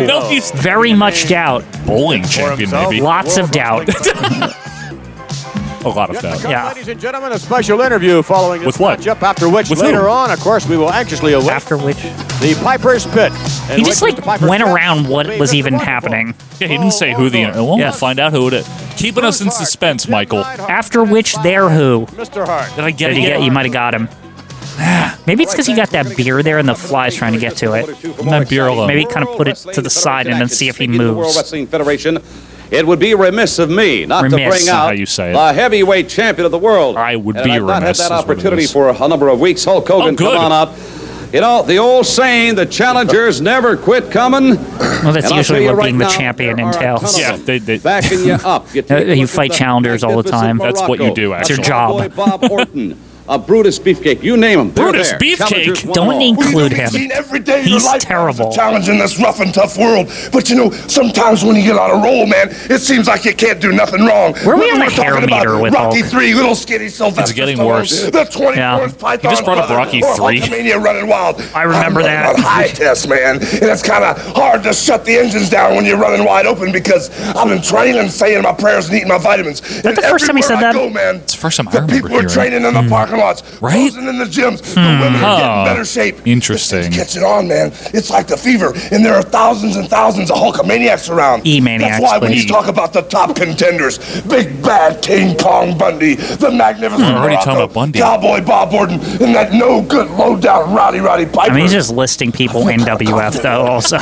no, No, he's- very much doubt. Bowling champion, himself. maybe. Lots of doubt. A lot of Just to that. come, Yeah. Ladies and gentlemen, a special interview following this With what? matchup. After which, With who? later on, of course, we will anxiously await After which the Piper's Pit. And he just which like the Piper's went Pit around what will be was Mr. even Wonderful. happening. Yeah, he didn't say who the. Well, Yeah. we'll find out who it is. Keeping us in suspense, Michael. Did After which, there who? Mr. Hart. I get Did it? he get? You might have got him. Maybe it's because he got that beer there, and the flies trying to get to it. that beer alone. Maybe kind of put it to the side and then see if he Speaking to the World moves. Wrestling Federation, it would be remiss of me not to Remiss, bring not out how you say it. the heavyweight champion of the world. I would and be I've not remiss had is that what it opportunity is. for a number of weeks. Hulk Hogan, Oh, good. come on up. You know the old saying: the challengers never quit coming. Well, that's And I'll usually tell you what right being the now, champion there are a ton entails. of Yeah, them they- they- backing you up. You, Uh, take a you look fight at the challengers all the magnificent time. That's what you Morocco, do, It's your Bob job. Boy Bob Orton, a Brutus Beefcake, you name them. Brutus there. Beefcake? Challengers won Don't all. include Well, you know, him. it's seen Every day of He's your life. terrible. It's a challenge in this rough and tough world. But you know, sometimes when you get on a roll, man, it seems like you can't do nothing wrong. Where are we We're- on the we're talking hair about meter with Rocky Hulk? Three, little skinny Sylvester. It's getting Stallone, worse. The 24 Yeah. inch Python. He just brought up brother, Rocky or Three. Hulkamania running wild. I remember I'm that. running on high test, man, and it's kind of hard to shut the engines down when you're running wide open because I've been training, saying my prayers, and eating my vitamins. That the first time he said that? Hmm. Go, man, It's the first time I the remember people are hearing it. training in the parking lots, Right? posing in the gyms. The women are Huh. getting better shape. Interesting. It's catching on, man. It's like the fever, and there are thousands and thousands of Hulkamaniacs around. E-maniacs, That's why when please. you talk about the top contenders, Big Bad King Kong Bundy, the magnificent We're already Morocco, talking about Bundy. Cowboy Bob Orton, and that no good low down Rowdy Roddy Piper. I mean, he's just listing people NWF though. Also,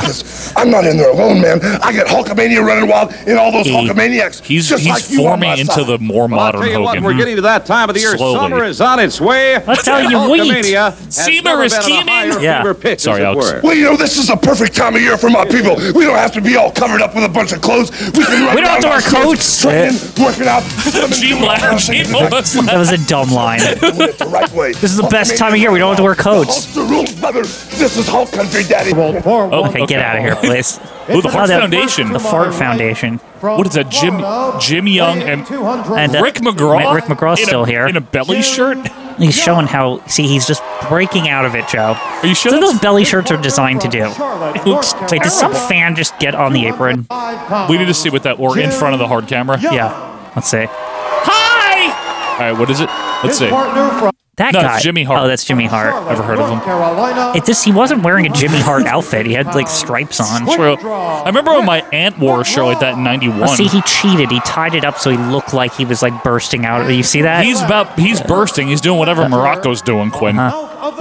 I'm not in there alone, man. I got Hulkamania running wild and all E- those Hulkamaniacs. He's just he's like you on my forming into side. the more Well, I'll modern tell you Hogan. What, we're getting to that time of the year. Slowly. Summer is on its way. I'll tell And you what. Hulkamania has Summer never is been on a coming. higher Yeah. fever pitch, Sorry, as it Alex. were. Well, you know, this is the perfect time of year for my people. We don't have to be all covered up with a bunch of clothes. We can run We don't have around to our wear shirts, coats. Training, working out. Hmm. Gene laughed. Gene almost that laughed. was a dumb line. This is the best time of year. We don't have to wear coats. The rules, brother. This is Hulk country, daddy. Four, one, Okay, get out of here, please. Ooh, the Hart Oh, the- Foundation. The Ford Foundation. from What is that, Jim- Florida, Jim Young and- 200 And, uh, Rick McGraw. Rick McGraw's in a- still here. in a belly shirt. He's showing how. See, he's just breaking out of it, Joe. Are you sure? So those that's- belly shirts are designed to do. Charlotte, Oops. North Wait, did some Carolina. fan just get on the apron? 205 pounds. we need to see what that or in front of the hard camera. Yeah. Let's see. Hi. All right. What is it? Let's His see. partner from That No, it's guy, Jimmy Hart. Oh, that's Jimmy Hart. Ever heard of him? Carolina. It just he wasn't wearing a Jimmy Hart outfit. He had like stripes on. True. I remember when my aunt wore a shirt like that in Oh, '91. see, he cheated. He tied it up so he looked like he was like bursting out. You see that? He's about he's bursting. He's doing whatever Morocco's doing, Uh-huh. Quinn.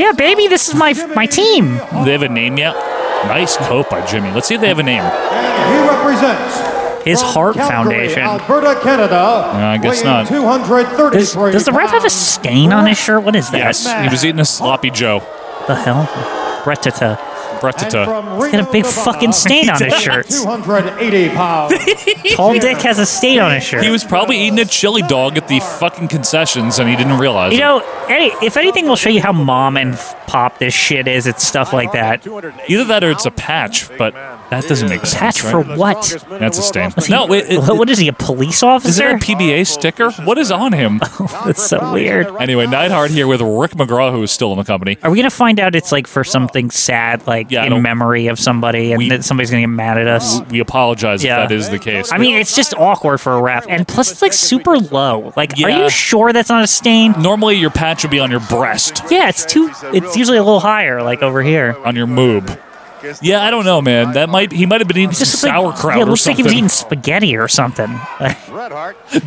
yeah, baby, this is my my team. Do they have a name yet? Nice coat by Jimmy. Let's see if they have a name. He represents His Heart Calgary, Foundation. Alberta, Canada. Yeah, I guess weighing not. 233 Does, does the ref have a stain on his shirt? What is that? Yes, he was eating a sloppy Joe. The hell? Bretata. Bretata. He's got a big fucking stain on his shirt. 280 pounds. Tall Dick has a stain on his shirt. He was probably eating a chili dog at the fucking concessions and he didn't realize. You it. know, any, if anything will show you how mom and f- pop this shit is, it's stuff like that. Either that or it's a patch, but that doesn't make sense. Patch right? for what? That's a stain. Was he- No, wait, it- what is he, a police officer? is there a PBA sticker? What is on him? That's so weird. Anyway, Neidhart here with Rick McGraw, who is still in the company. Are we gonna find out it's like for something sad, like Yeah, I in don't- memory of somebody, and We- that somebody's gonna get mad at us? We apologize Yeah. if that is the case. I mean, it's just awkward for a ref, and plus it's like super low. Like, are Yeah. you sure that's not a stain? normally your patch would be on your breast, Yeah, it's too. It's usually a little higher, like over here. on your moob. Yeah, I don't know, man. That might he might have been eating It's some just like, sauerkraut yeah, it or looks like he something. was eating spaghetti or something.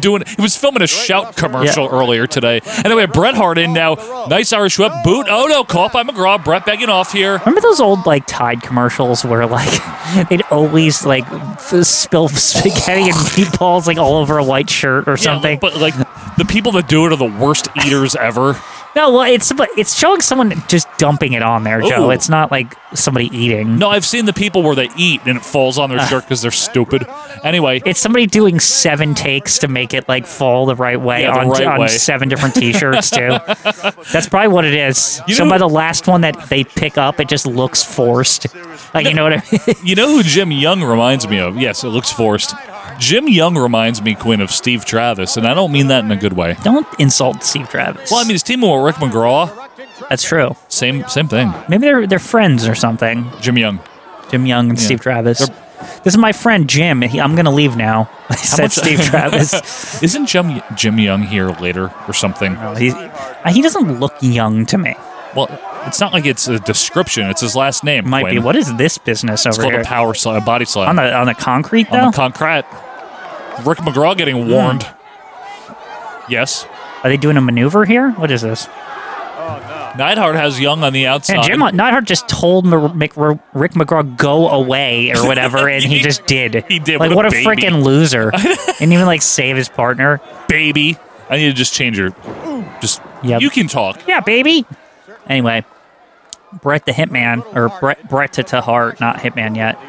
doing he was filming a shout commercial earlier today. Anyway, Bret Hart in now. Nice Irish whip boot. Oh no, caught by McGraw. Brett begging off here. Remember those old like Tide commercials where like they'd always like f- spill spaghetti and meatballs like all over a white shirt or something? Yeah, but like the people that do it are the worst eaters ever. No, well, it's but it's showing someone just dumping it on there, Joe. Ooh. It's not like somebody eating. Oh. No, I've seen the people where they eat and it falls on their shirt because they're stupid. Anyway, Ah. It's somebody doing seven takes to make it like fall the right way Yeah, the on, right on way. seven different T-shirts too. That's probably what it is. You so know- by the last one that they pick up, it just looks forced. Like you know what I mean? you know who Jim Young reminds me of? Yes, it looks forced. Jim Young reminds me, Quinn, of Steve Travis, and I don't mean that in a good way. Don't insult Steve Travis. Well, I mean, his team with Rick McGraw, that's true. same same thing. Maybe they're they're friends or something. Jim Young. Jim Young and Steve Travis. This is my friend Jim. He, I'm gonna leave now. said much- Steve Travis. Isn't Jim, Jim Young here later or something? Oh, he's- he doesn't look young to me. Well, it's not like it's a description. It's his last name. Might be. Quinn. What is this business It's over called here? a power slam, a body slam. on the on the concrete though. On the concrete. Rick McGraw Hmm. getting warned. Yes. Are they doing a maneuver here? What is this? Neidhart has Young on the outside. And Jim Neidhart just told Mar- Mick, R- Rick McGraw go away or whatever, and he just did. He did. Like what What a a, baby. freaking loser! and even like save his partner. baby. I need to just change your. Just Yep. you can talk. Yeah, baby. Anyway, Brett the Hitman or Brett Brett to- to Hart, not Hitman yet.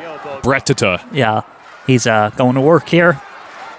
Brettata. Yeah, he's uh going to work here.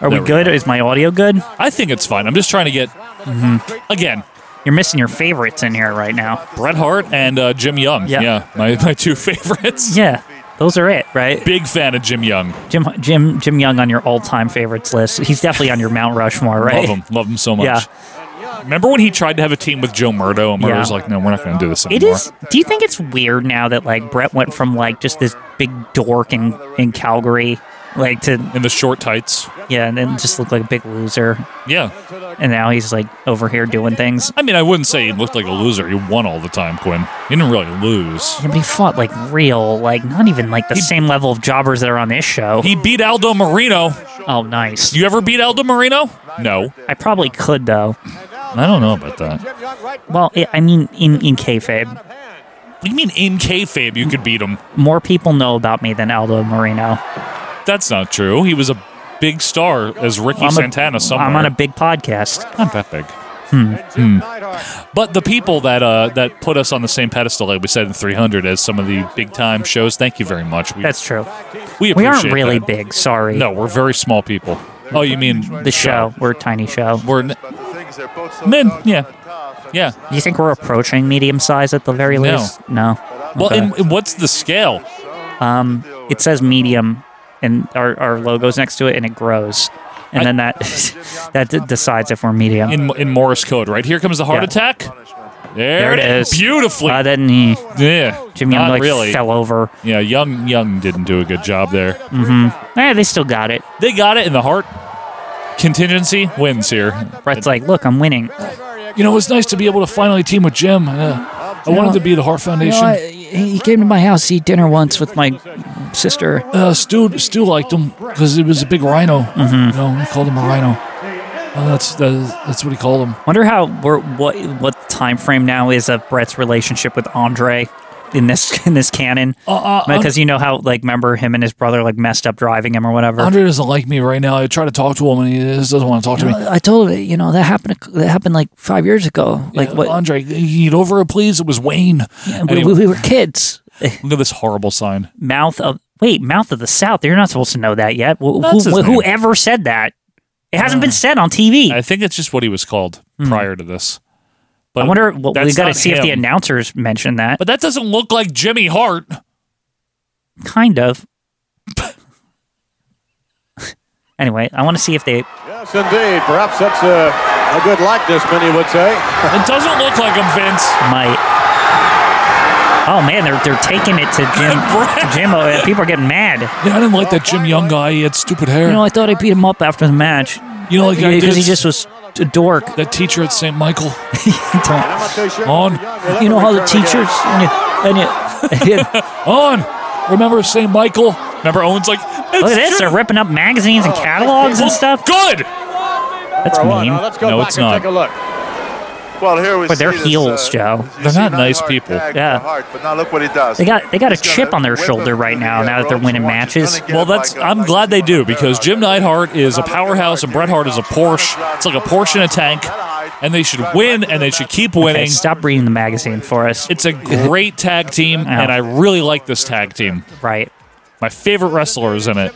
Are There we we good? Is my audio good? I think it's fine. I'm just trying to get Mm-hmm. again You're missing your favorites in here right now. Bret Hart and uh, Jim Young. Yeah. Yeah, my my two favorites. Yeah, those are it, right? Big fan of Jim Young. Jim Jim Jim Young on your all time favorites list. He's definitely on your Mount Rushmore, right? Love him. Love him so much. Yeah. Remember when he tried to have a team with Joe Murdo and Murdo Yeah. was like, "No, we're not going to do this It anymore." is. Do you think it's weird now that like Brett went from like just this big dork in in Calgary, like to in the short tights. yeah, and then just look like a big loser, Yeah. and now he's like over here doing things. I mean, I wouldn't say he looked like a loser. He won all the time, Quinn. He didn't really lose. Yeah, but he fought like real, like not even like the same level of jobbers that are on this show. He beat Aldo Marino. oh, nice. You ever beat Aldo Marino? No. I probably could though. I don't know about that. Well, i I mean, in in kayfabe, What do you mean in kayfabe you could beat him? more people know about me than Aldo Marino. That's not true. He was a big star as Ricky I'm a- Santana somewhere. I'm on a big podcast. Not that big. Hmm, But the people that uh, that put us on the same pedestal, like we said in 300, as some of the big time shows, thank you very much. We, That's true. we, We aren't appreciate really that. big. Sorry. No, we're very small people. Oh, you mean The show. We're a tiny show. We're n- But the thing is, they're both so Men, doggone yeah. tough, and yeah. it's not Do you think we're approaching medium size at the very No. least? No. Well, Okay. and, and what's the scale? um, it says medium, and our, our logo's next to it, and it grows, and I- then that that d- decides if we're medium. in in Morse code, right? Here comes the heart Yeah. attack. There, There it is. Beautifully. Uh, then he, yeah. Jim Young Not like really. fell over. Yeah, Young Young didn't do a good job there. Eh, they still got it. They got it in the heart. Contingency wins here. Brett's like, look, I'm winning. You know, it was nice to be able to finally team with Jim. Uh, I wanted to be the Heart You know, Foundation. I- he he came to my house to eat dinner once with my sister. Uh, Stu, Stu liked him because it was a big rhino. Mm-hmm. You know, he called him a rhino. Uh, that's, that's that's what he called him. Wonder how we're, what what the time frame now is of Brett's relationship with Andre in this in this canon uh, because you know how like remember him and his brother like messed up driving him or whatever. Andre doesn't like me right now. I try to talk to him, and he just doesn't want to talk to me. I told you know that happened that happened like five years ago. Like what Uh, Andre, can you get over it, please. It was Wayne. we, Anyway, we were kids. look at this horrible sign. Mouth of wait, mouth of the South. You're not supposed to know that yet. Wh- That's his who, name. Uh, whoever said that, it hasn't been said on TV. I think it's just what he was called prior to this. But Hmm. I wonder. Well, we that's got to not see if the him. announcers mentioned that. But that doesn't look like Jimmy Hart. kind of. anyway, I want to see if they. Yes, indeed. Perhaps that's a, a good likeness, many would say. It doesn't look like him, Vince. might. Oh man, they're they're taking it to Jim. Brett. Jim, uh, people are getting mad. Yeah, I didn't like that Jim Young guy. He had stupid hair. You know, I thought I beat him up after the match You know, like I did because he just was a dork. that teacher at St. Michael. Don't- On, you know how the teachers and you, and you, on. Remember St. Michael? Remember Owen's like, look at this, they're ripping up magazines and catalogs and stuff. Oh, Good. That's Now, mean. let's go No, back it's and not. take a look. Well, here we But see they're this, heels, uh, Joe. you They're see not nice Neidhart people. tag Yeah. to Hart, but now look what he does. They got they got a He's gonna chip on their whip shoulder him right through now. the, uh, Now that they're ropes winning once. He's matches. gonna get Well, him that's like a- I'm like glad they he's do gonna because hurt. Jim Neidhart is a powerhouse and Bret Hart is a Porsche. It's like a Porsche in a tank, and they should win and they should keep Hey, winning. stop reading the magazine for us. It's a great tag team, and I really like this tag team. right. My favorite wrestler is in it.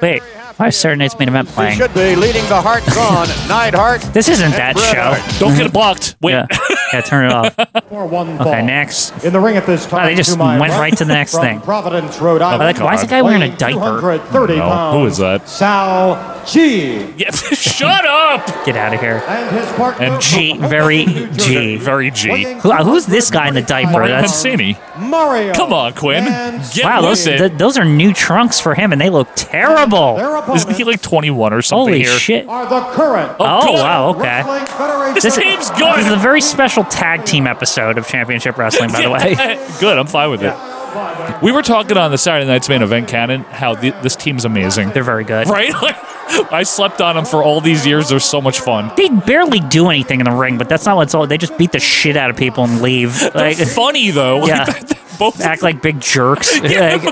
Wait, why is Saturday Night's Main Event He playing? should be leading the heart gone. Neidhart. This isn't that Brett show. Don't get it blocked. Wait, Yeah, yeah, turn it off. Or one fall. Okay, next. Oh, In the ring at this time. they just to my went right to the next from thing. Providence, Rhode Island. like, why is the guy wearing a weighing diaper? 230 No, pounds, who is that? Sal G. yeah, shut up. Get out of here. And his partner. And G, very G. Very G. Who- uh, who's this guy in the diaper? Brian That's- Mancini. Mario. Come on, Quinn. And Get Wow, with those it. th- those are new trunks for him, and they look terrible. Their Isn't he opponents like 21 or something Holy here? shit! are the current Oh good. wow, okay. Wrestling Federation. This team's good. This is a very special tag team episode of Championship Wrestling, by the way. Good, I'm fine with it. We were talking on the Saturday Night's Main Event canon how th- this team's amazing. They're very good. Right? I slept on them for all these years. They're so much fun. They barely do anything in the ring, but that's not what's all. They just beat the shit out of people and leave. Like, They're funny, though. Yeah. Both act like big jerks. Like,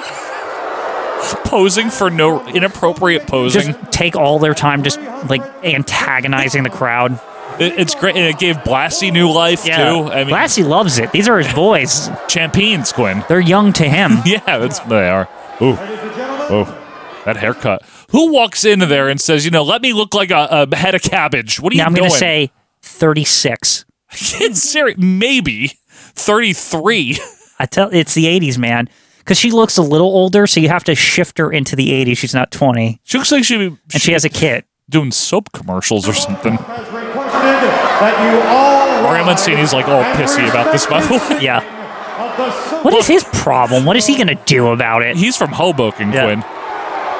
posing for no inappropriate posing. just take all their time just like antagonizing the crowd. It- it's great. And it gave Blassie new life, too. I mean, Lassie loves it. These are his boys. champions, Quinn. They're young to him. Yeah, that's they are. Ooh, oh, that haircut. Who walks into there and says, you know, let me look like a, a head of cabbage? What are you Now I'm doing? gonna say 36. Kid Siri, maybe 33. I tell it's the 80s, man. Because she looks a little older, so you have to shift her into the 80s. She's not 20, She looks like she, and she has a kid. doing soap commercials or something. Has requested that you all Mario rise Mancini's like all and pissy about this, by the respect way. Yeah. of the Silver What is his problem? What is he gonna do about it? He's from Hoboken, Yeah. Quinn.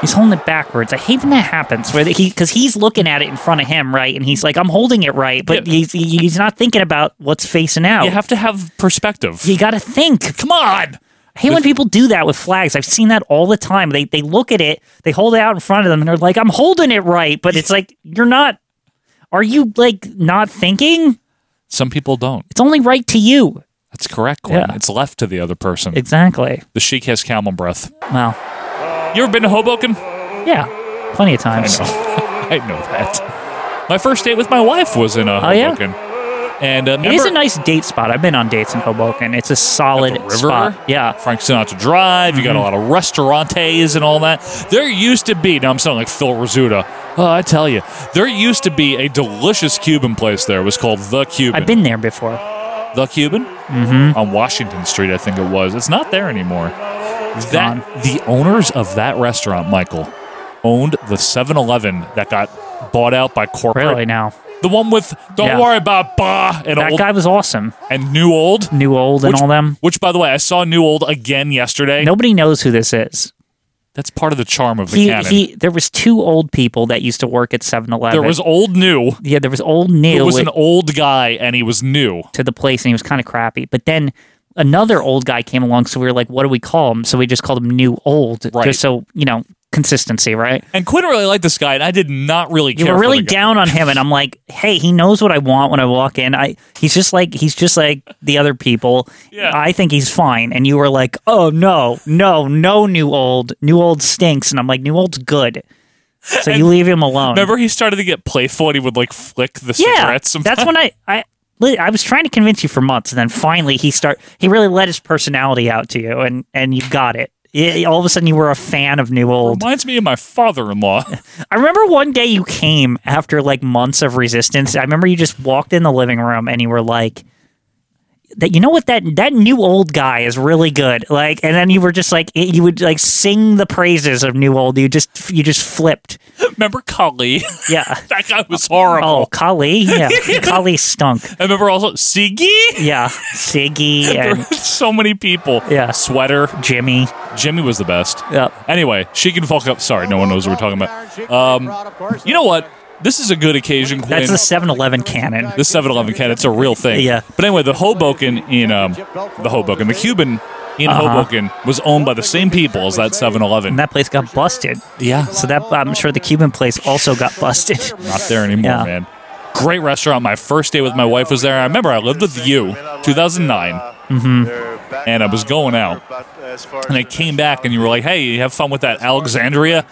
He's holding it backwards. I hate when that happens, where he because he's looking at it in front of him, right, and he's like, "I'm holding it right," but Yeah. he's he's not thinking about what's facing out. You have to have perspective. you got to think. Come on. I hate when people do that with flags. I've seen that all the time. They they look at it, they hold it out in front of them, and they're like, "I'm holding it right," but it's like you're not. Are you like not thinking? Some people don't. It's only right to you. That's correct, Quinn. Yeah. It's left to the other person. Exactly. the Sheik has camel breath. Well, You ever been to Hoboken? yeah, plenty of times. I know that. My first date with my wife was in a Oh, yeah? Hoboken. And uh, It remember, is a nice date spot. I've been on dates in Hoboken. It's a solid river? spot. Yeah. Frank Sinatra Drive. You got Mm-hmm. a lot of restaurantes and all that. There used to be. Now I'm sounding like Phil Rizzuto. Oh, I tell you, there used to be a delicious Cuban place there. It was called the Cuban. I've been there before. the Cuban Mm-hmm. on Washington Street. I think it was. It's not there anymore. That the owners of that restaurant, Michael, owned the 7-Eleven that got bought out by corporate. Really now. The one with "Don't Yeah. worry about bah" and That old guy was awesome. and new old. New old and Which- all them. Which, by the way, I saw New Old again yesterday. Nobody knows who this is. That's part of the charm of the He, cannon. he there was two old people that used to work at 7-Eleven. there was old new. yeah, there was old It Neil was with- an old guy, and he was new. to the place and he was kind of crappy. But then another old guy came along, so we were like, what do we call him? So we just called him New Old. Right. Just so, you know, consistency, right? And Quinn really liked this guy, and I did not really You care. were for really the guy. down on him, and I'm like, "Hey, he knows what I want when I walk in. I he's just like he's just like the other people. Yeah. I think he's fine." And you were like, "Oh no, no, no, new old, new old stinks." And I'm like, "New old's good." So you leave him alone. Remember, he started to get playful, and he would like flick the yeah, cigarettes. that's when I I li- I was trying to convince you for months, and then finally he start he really let his personality out to you, and and you got it. It- all of a sudden, you were a fan of New Old. reminds me of my father-in-law. I remember one day you came after like months of resistance. I remember you just walked in the living room and you were like, "That you know what that that new old guy is really good." Like, and then you were just like, you would like sing the praises of new old. You just you just flipped. Remember Kali? Yeah. that guy was horrible. Oh, Kali, yeah, Kali stunk. I remember also Siggy. Yeah, Siggy There were and so many people. Yeah. Sweater. Jimmy. Jimmy was the best. Yep. Anyway, she can fuck up. Sorry, no one knows what we're talking about. Um, you know what? This is a good occasion. Quinn. That's the 7-Eleven cannon. the 7-Eleven can. It's a real thing. Yeah. But anyway, the Hoboken in um, the Hoboken, the Cuban in Uh-huh. Hoboken was owned by the same people as that 7-Eleven. And that place got busted. Yeah. So that I'm sure the Cuban place also got busted. Not there anymore, Yeah. man. Great restaurant. My first day with my wife was there. I remember I lived with you, 2009, and I was going out, and I came back, and you were like, "Hey, you have fun with that Alexandria?"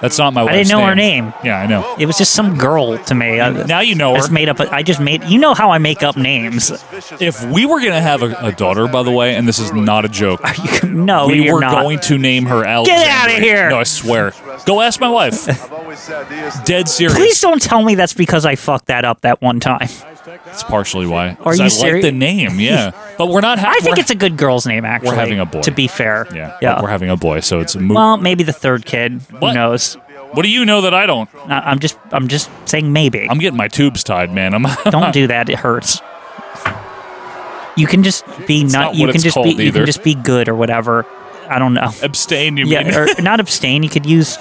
That's not my. I didn't wife's know her name. Yeah, I know. It was just some girl to me. I- Now you know I her. just made up. I just made. You know how I make up names? If we were gonna have a, a daughter, by the way, and this is not a joke, No, we you're were not. going to name her Alexandria. outta here. No, I swear. Go ask my wife. Dead serious. Please don't tell me that's because I fucked that up that one time. That's partially why. Are 'Cause you I like serious? the name, yeah. But we're not. Ha- I think we're- it's a good girl's name, actually. having a boy. To be fair. Yeah, Yeah. We're having a boy, so it's a move. well, maybe the third kid. What? Who knows? What do you know that I don't? I- I'm just. I'm just saying maybe. I'm getting my tubes tied, man. I'm don't do that. It hurts. You can just be It's not not. you what can it's just be. called You either. can just be good or whatever. I don't know. abstain. You mean? Yeah, er or not abstain. You could use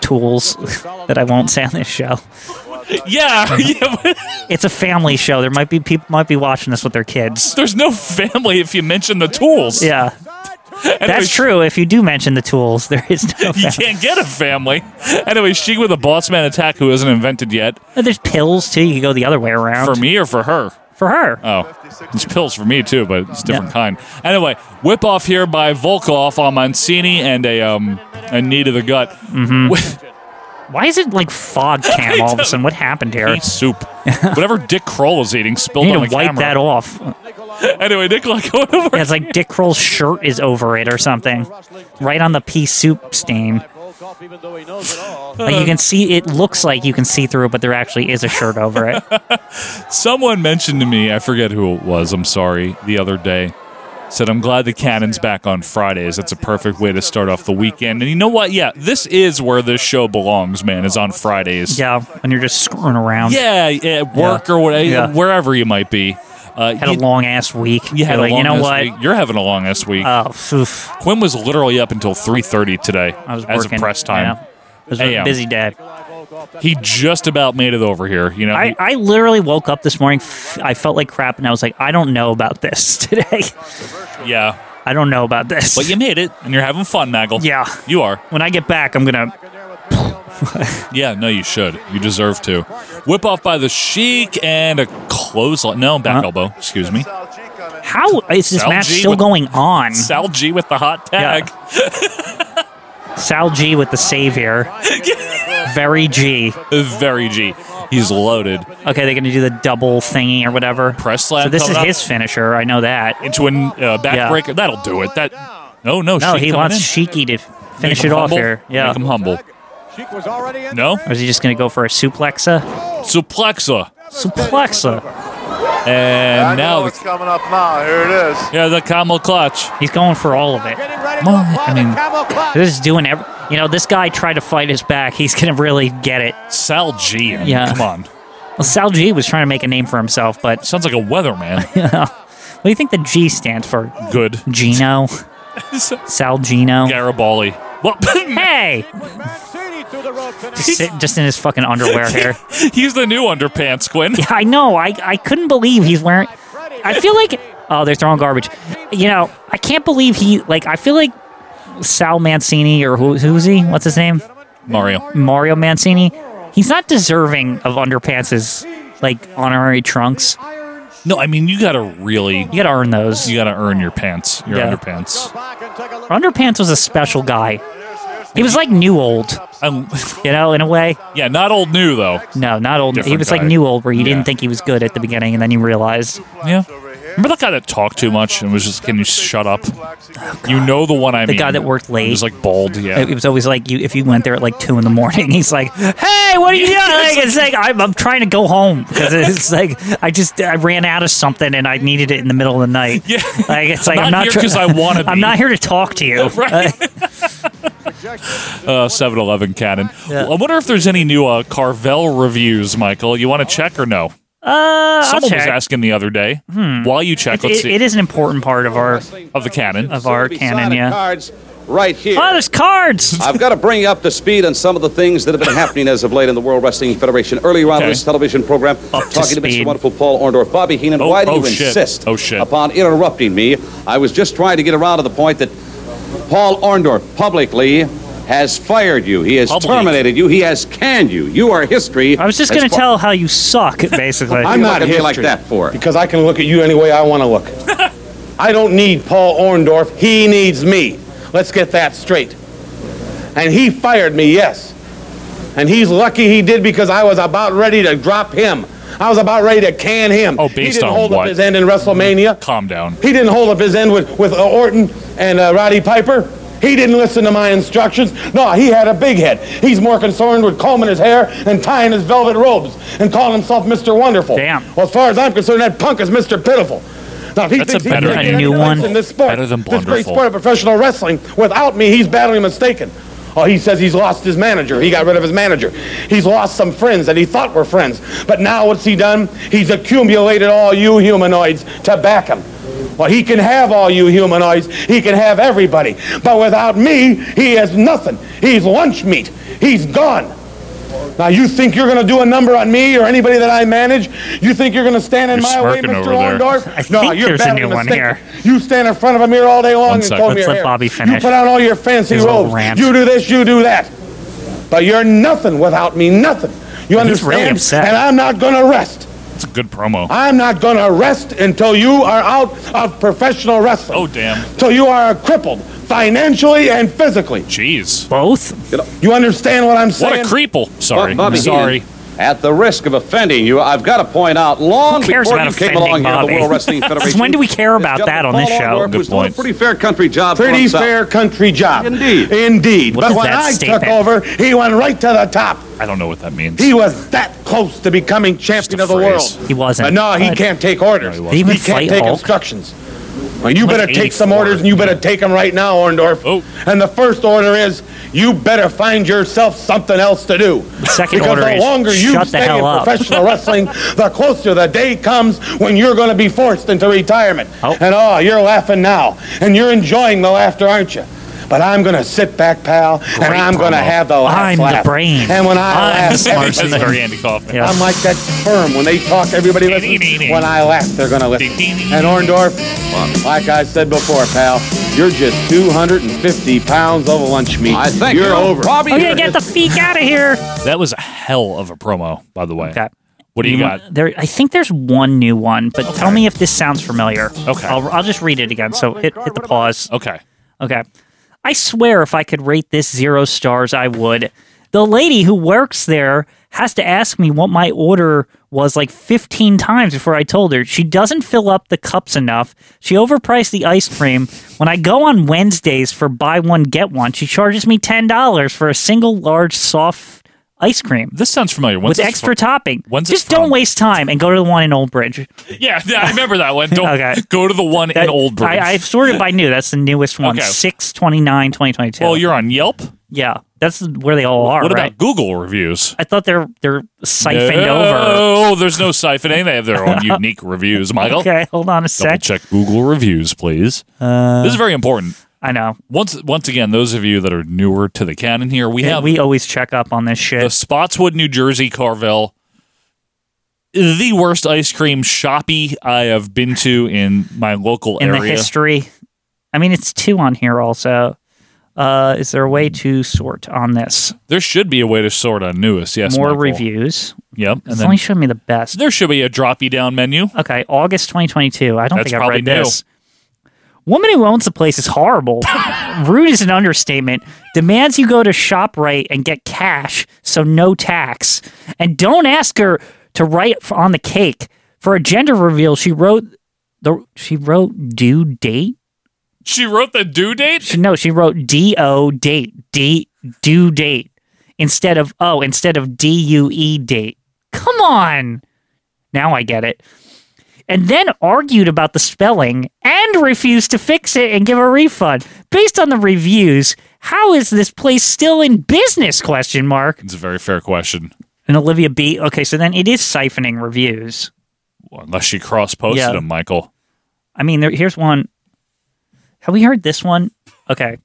tools that I won't say on this show. yeah, yeah. but It's a family show. There might be people might be watching this with their kids. There's no family if you mention the tools. Yeah, Anyway, that's true. If you do mention the tools, there is no. You can't get a family. Anyway, she with a boss man attack who isn't invented yet But There's pills too. You could go the other way around. for me or for her. For her. Oh, it's pills for me too, but it's a different kind. Anyway, whip off here by Volkov on Mancini and a um a knee to the gut. Mm-hmm. Why is it like fog cam all of a sudden? What happened here? You soup. Whatever Dick Kroll is eating spilled need to on the wipe camera. that off. Anyway, Nick, like, going over. Yeah, it's like Dick Kroll's shirt is over it or something, right on the pea soup stain. Like you can see, it looks like you can see through it, but there actually is a shirt over it. Someone mentioned to me, I forget who it was, I'm sorry, the other day, said, I'm glad the cannon's back on Fridays. That's a perfect way to start off the weekend. And you know what? Yeah, this is where this show belongs, man, is on Fridays. Yeah, and you're just screwing around. Yeah, at work or whatever, Yeah. wherever you might be. Uh, Had a you- long ass week. you had You're a like, long you know ass what? week. You're having a long ass week. Oh, oof. Quinn was literally up until 3.30 today I was as working. of press you time. know. It was a AM. busy day. He just about made it over here. You know, I, He- I literally woke up this morning. f- I felt like crap, and I was like, I don't know about this today. yeah. I don't know about this. But you made it, and you're having fun, Maggle. Yeah. You are. when I get back, I'm gonna. Yeah, no, you should. You deserve to. Whip off by the Sheik and a clothesline. No, back Huh? elbow. Excuse me. How is this Sal match G still with- going on? Sal G with the hot tag. Sal G with the save here. Very G. Very G. He's loaded. Okay, they're gonna do the double thingy or whatever. Press slam So this coming is up. his finisher. I know that. Into a uh, backbreaker. That'll do it. That. No, no. No, Sheik he coming wants in. Shiki to Make finish him it off humble. here. Yeah. Make him humble. was already in. No. Or is he just gonna go for a suplexa? Suplexa. Suplexa. And now now, what's coming up now. Here it is. yeah, the camel clutch. He's going for all of it. Getting ready to Well, apply I the mean- camel clutch. This is doing every. You know, this guy tried to fight his back. He's gonna really get it. Sal G. I mean, Yeah. Come on. Well, Sal G was trying to make a name for himself, but Sounds like a weatherman. what do you think the G stands for? Good. Gino. Sal Gino. Garibaldi. Well, Hey, Mancini through the rope tonight. just, sit- just in his fucking underwear here. he's the new underpants, Quinn. Yeah, I know. I, I couldn't believe he's wearing. I feel like oh, they're throwing garbage. You know, I can't believe he like. I feel like Sal Mancini or who, who's he? What's his name? Mario. Mario Mancini. He's not deserving of underpants as like honorary trunks. No, I mean you gotta really, You gotta earn those. you gotta earn your pants, your Yeah. underpants. Underpants was a special guy. He was like new old, I'm- you know, in a way. yeah, not old new though. No, not old. he Different was guy. like new old, where you Yeah. didn't think he was good at the beginning, and then you realized. Yeah. Remember that guy that talked too much and was just, can you shut up? You know the one I The mean. guy that worked late. He was like bald, yeah. It was always like you if you went there at like two in the morning. He's like, "Hey, what are you doing?" it's like I'm, I'm trying to go home because it's like I just I ran out of something and I needed it in the middle of the night. Yeah. like it's like I'm I'm not not here try- 'cause I wanna I'm be. not here to talk to you. Right. Uh, 7-Eleven cannon. Yeah. I wonder if there's any new uh, Carvel reviews, Michael. You want to check or no? Uh, I'll Someone was check. Hmm. asking the other day. While you check, let's It, see. it is an important part of our of the cannon. of our canon. Yeah. Cards right here. Oh, there's cards. I've got to bring you up to speed on some of the things that have been happening as of late in the World Wrestling Federation. Earlier on Okay. in this television program, Up to talking to Mr. speed. Wonderful Paul Orndorff, Bobby Heenan, Oh, why do oh, you shit. insist Oh, shit. upon interrupting me? I was just trying to get around to the point that Paul Orndorff publicly has fired you. He has Public. terminated you. He has canned you. You are history. I was just As gonna far- tell how you suck, basically. I'm not history. like that for. Because I can look at you any way I want to look. I don't need Paul Orndorff. He needs me. Let's get that straight. And he fired me, yes. And he's lucky he did because I was about ready to drop him. I was about ready to can him. Oh, he based didn't on hold what? up his end in WrestleMania. Calm down. He didn't hold up his end with, with uh, Orton and uh, Roddy Piper. He didn't listen to my instructions. No, he had a big head. He's more concerned with combing his hair and tying his velvet robes and calling himself Mr. Wonderful. Damn. Well, as far as I'm concerned, that punk is Mr. Pitiful. Now, if he That's a thinks he's better making name. A new headway one. In this sport, Better than this great Blunderful. sport of professional wrestling. Without me, he's badly mistaken. Oh, he says he's lost his manager. He got rid of his manager. He's lost some friends that he thought were friends. But now what's he done? He's accumulated all you humanoids to back him. Well, he can have all you humanoids. He can have everybody. But without me, he has nothing. He's lunch meat. He's gone. Now you think you're going to do a number on me or anybody that I manage? You think you're going to stand in You're my way, smirking Mr. over there. Orndorff? I think there's a badly new one mistaken. here. You stand in front of a mirror all day long and sec. comb Let's your let hair. Bobby finish You put on all your fancy his little robes. rant. You do this, you do that. But you're nothing without me. Nothing. He's You understand? really upset. And I'm not going to rest. It's a good promo. I'm not going to rest until you are out of professional wrestling. Oh, damn. Till you are crippled financially and physically. Jeez. Both. You understand what I'm saying? What a creeple. Sorry. Bobby Sorry. Heenan, At the risk of offending you, I've got to point out long Who cares before about you came along offending here to the Bobby? World Wrestling Federation. When do we care about that on this show? Good Good was doing point. a pretty fair country job. for Pretty himself. fair country job. Indeed. Indeed. What but is when that I statement? took over, he went right to the top. I don't know what that means. He was that close to becoming champion a of the phrase. world. He wasn't, But no, he but- can't take orders. No, he he, Did he wasn't. even can't fight take Hulk? instructions. Well, you Like better take some 84. orders, and you better take them right now, Orndorff. Oh. And the first order is you better find yourself something else to do. Second because order the is, longer you shut the stay hell in up. professional wrestling, the closer the day comes when you're going to be forced into retirement. Oh. And oh, you're laughing now, and you're enjoying the laughter, aren't you? But I'm going to sit back, pal, and Great I'm going to promo. have the last I'm the laugh. brain. And when I I'm laugh, the smart That's very Andy Kaufman. Yeah. I'm like that firm. When they talk, everybody listens. When I laugh, they're going to listen. And Orndorff, like I said before, pal, you're just 250 pounds of lunch meat. I think you're over. Bobby Okay, Heenan. get the feek out of here. That was a hell of a promo, by the way. Okay. Mm-hmm. What do you want- got? Mm, There, I think there's one new one, but tell me if this sounds familiar. Okay. I'll, I'll just read it again. So hit, hit the pause. Okay. Okay. I swear if I could rate this zero stars, I would. The lady who works there has to ask me what my order was like 15 times before I told her. She doesn't fill up the cups enough. She overpriced the ice cream. When I go on Wednesdays for buy one, get one, she charges me $10 for a single large soft ice cream This sounds familiar. When's with this extra fr- topping. when's this Just don't from? waste time and go to the one in Old Bridge. Yeah, yeah, I remember that one. Don't Okay. go to the one in Old Bridge. I, I sorted by new. That's the newest one. Okay. Six twenty nine, twenty twenty two. well, Oh, you're on Yelp. yeah. That's where they all are. what right? about Google reviews? I thought they're they're siphoned over. No, there's no siphoning. They have their own unique reviews, Michael. Okay, hold on a Double sec. Uh, check Google reviews, please. this is very important. I know. Once once again, those of you that are newer to the canon here, we Yeah, have we always check up on this shit. the Spotswood, New Jersey Carvel, the worst ice cream shoppy I have been to in my local in area. the history. I mean, it's two on here also. Uh, is there a way to sort on this? There should be a way to sort on newest. Yes, More Michael. reviews. Yep, and It's then only showing me the best. there should be a droppy down menu. Okay, August 2022. I don't That's think I've probably read new. this. Woman who owns the place is horrible. Rude is an understatement. Demands you go to ShopRite and get cash, so no tax. And don't ask her to write f- on the cake. For a gender reveal, she wrote the she wrote due date. She wrote the due date. She, no, she wrote D O date D due date instead of oh instead of D U E date. Come on, now I get it. And then argued about the spelling and refused to fix it and give a refund based on the reviews. How is this place still in business? Question mark. It's a very fair question. And Olivia B. Okay, so then it is siphoning reviews. Unless she cross posted Yeah. them, Michael. I mean, there, here's one. Have we heard this one? Okay.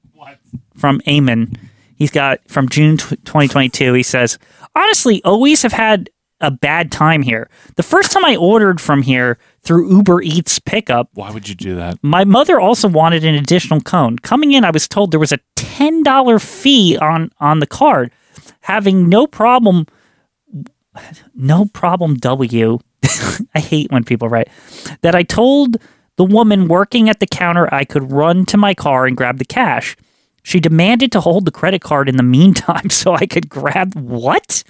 From Eamon. He's got from June tw 2022. He says, honestly, always have had a bad time here. The first time I ordered from here through Uber Eats pickup, Why would you do that? my mother also wanted an additional cone. Coming in, I was told there was a $10 fee on on the card. Having no problem no problem W. I hate when people write that I told the woman working at the counter I could run to my car and grab the cash. She demanded to hold the credit card in the meantime so I could grab what?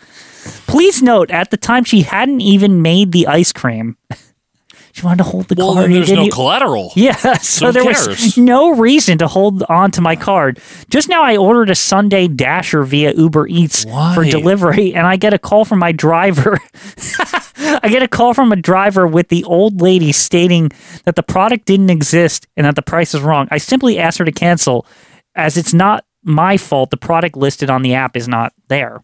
Please note at the time she hadn't even made the ice cream. she wanted to hold the Well, card. then there's and no you- collateral. yeah, so who there was cares? no reason to hold on to my card. Just now, I ordered a Sunday Dasher via Uber Eats for Why? delivery, and I get a call from my driver. I get a call from a driver with the old lady stating that the product didn't exist and that the price is wrong. I simply asked her to cancel, as it's not my fault. The product listed on the app is not there.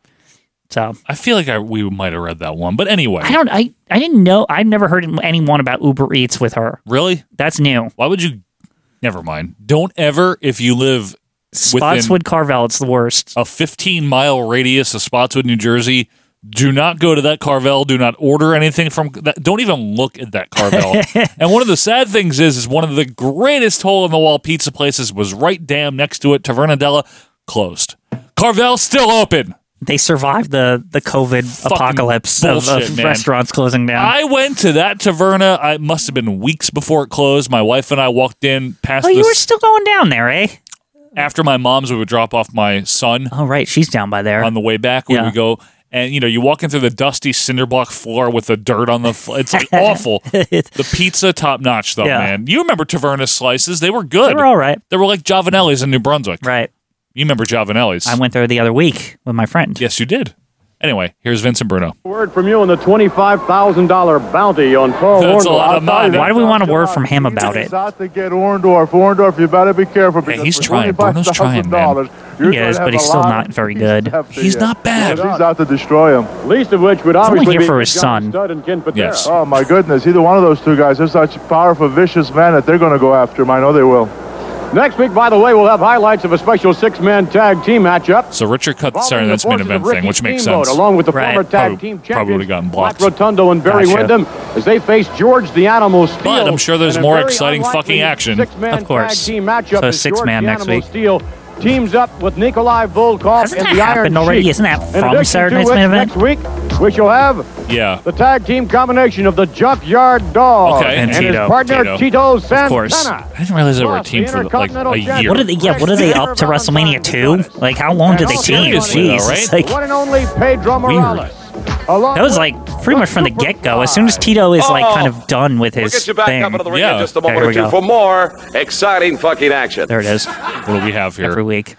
So I feel like I, we might have read that one, but anyway, I don't. I I didn't know. I've never heard anyone about Uber Eats with her. really. That's new. Why would you? Never mind. Don't ever, if you live Spotswood Carvel. It's the worst. a 15 mile radius of Spotswood, New Jersey. Do not go to that Carvel. Do not order anything from that. Don't even look at that Carvel. and one of the sad things is, is one of the greatest hole in the wall pizza places was right damn next to it. Taverna Della closed. Carvel still open. they survived the the COVID apocalypse of, of bullshit, man. restaurants closing down. I went to that Taverna. I it must have been weeks before it closed. My wife and I walked in past oh, you this were still going down there, eh? after my mom's. We would drop off my son. Oh, right, she's down by there. on the way back we Yeah. would go and you know you walk in through the dusty cinder block floor with the dirt on the floor it's like awful the pizza top notch though Yeah. man you remember taverna slices they were good They were all right, They were like javanelli's in new brunswick right? you remember javanelli's I went there the other week with my friend. yes you did anyway here's vincent bruno Word from you on the $25,000 bounty on Carl That's a Orndorff. lot of money. Why do we want a word from him about it? Out to get Orndorff. Orndorff, you better be careful. Hey, because he's for trying. Bruno's trying, man. $25,000, you're He gonna is, have but he's a still lot not of very pieces good. left to He's you. not bad. He's out to destroy him. Least of which would only obviously here be for his John son. Studd and Ken Patera. Yes. Oh my goodness! Either one of those two guys, they're such powerful, vicious men that they're going to go after him. I know they will. Next week, by the way, we'll have highlights of a special six-man tag team matchup. so richard cut sorry Following the that's main forces of event Ricky thing which makes Steamboat, sense Along with the Right. former tag Probably- team probably champions, would've gotten Black blocked. Rotundo and Barry Gotcha. Windham, as they face George the Animal Steel. But I'm sure there's in a more very exciting unlikely fucking action. six-man Of course. Tag team matchup So as six George man the next Animal week. Steel teams up with Nikolai Volkov Hasn't and that the Iron happened already? Sheik. Isn't that In from addition Saturday Night's to which, Main Event? Next week, we shall have yeah the tag team combination of the Junkyard Dog Okay. And and, his Tito. partner Tito. Tito Santana. Of course. i didn't realize they were a Plus, team the for like Intercontinental a Champion. year What are they? Yeah, what are they up to WrestleMania two? Like, how long do they team? Seriously, Jeez, though, it's right? like The one and only Pedro Morales. along that was with like pretty much from the get go. As soon as Tito is Oh. like kind of done with his We'll get you back thing, up into the ring Yeah. in just a Okay, moment here or we two go. for more exciting fucking action. there it is what do we have here every week.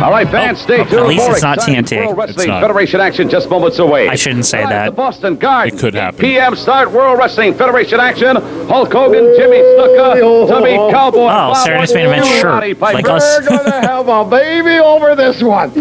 All right, fans, stay tuned. At least More it's oh, not exciting TNT. World Wrestling Federation action just moments away. I shouldn't say The that. Boston Garden. It could happen. PM start World Wrestling Federation action. Hulk Hogan, Jimmy Snuka, Tubby Cowboy. Oh, Bob Saturday Night Main Event, Orton, sure, Roddy Piper. like us. We're gonna have a baby over this one.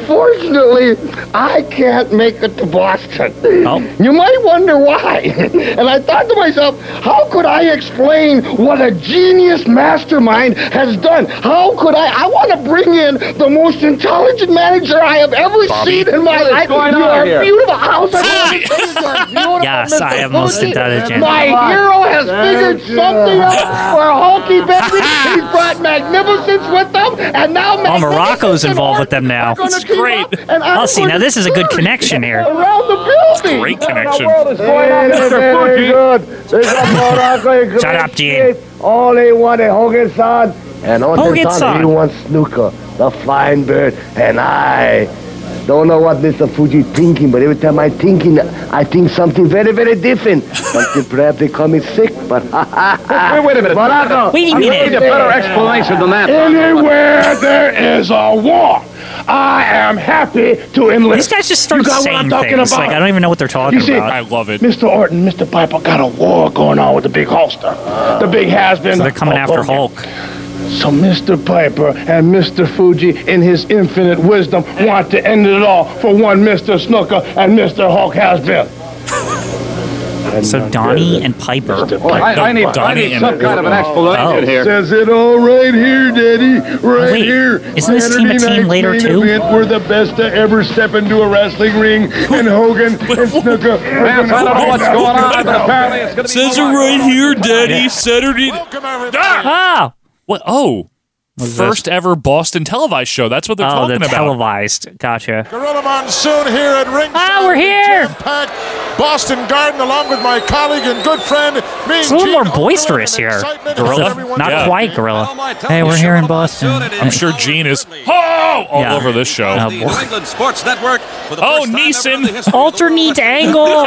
Unfortunately, I can't make it to Boston. Oh, You might wonder why. And I thought to myself, how could I explain what a genius mastermind has done? How could I? I want to bring in the most intelligent manager I have ever Bobby. seen in my What is life. going you on are here? beautiful. House. I want to bring you are beautiful. Yes, I am most intelligent. My hero has figured something out for Hulky Bentley. He's brought magnificence with them, and now Oh, Morocco's involved with them now. It's great. And I'm Oh, see, now gonna this is a good surge connection here. Around the building. Great connection. Very good. They got Morocco in Shut up, great Gene. shape. All they want is Hogan-san. And Hogan-san. Hogan-san, he wants Snooker, the fine bird. And I don't know what Mr. Fuji thinking, but every time I thinking, I think something very, very different. Until perhaps they call me sick, but ha ha ha. Wait a minute. Morocco. Wait a minute. You need a better explanation than that. Anywhere there is a war, I am happy to enlist. These guys just You start got what saying I'm things. talking about? Like I don't even know what they're talking You see, about. I love it. Mr. Orton, Mr. Piper got a war going on with the big holster. The big has been. So they're coming after Hulk. So Mr. Piper and Mr. Fuji, in his infinite wisdom, want to end it all for one Mr. Snooker and Mr. Hulk has been. So Donnie and Piper. I- I need- I Donnie need and some kind of an explanation Oh. here. Says it all right here, Daddy. Right Wait, here. isn't this team a Saturday team night's later, main too? Event. We're the best to ever step into a wrestling ring, and Hogan and Snooker. Man, I don't know what's going on, but apparently it's going to be. Says it right here, Daddy. Saturday. Ah! What? Oh. What's First ever Boston televised show. That's what they're Oh, talking the about. televised. Gotcha. Gorilla Monsoon here at ringside. Ah, we're here. Packed Boston Garden, along with my colleague and good friend, me. It's a little more boisterous here. Gorilla? Not Yeah. quite gorilla. Hey, we're here in Boston. I'm sure Gene is oh, all Yeah. over this show. Oh, New England Sports Network for the Oh, first time ever in the Neeson. history Alternate angle.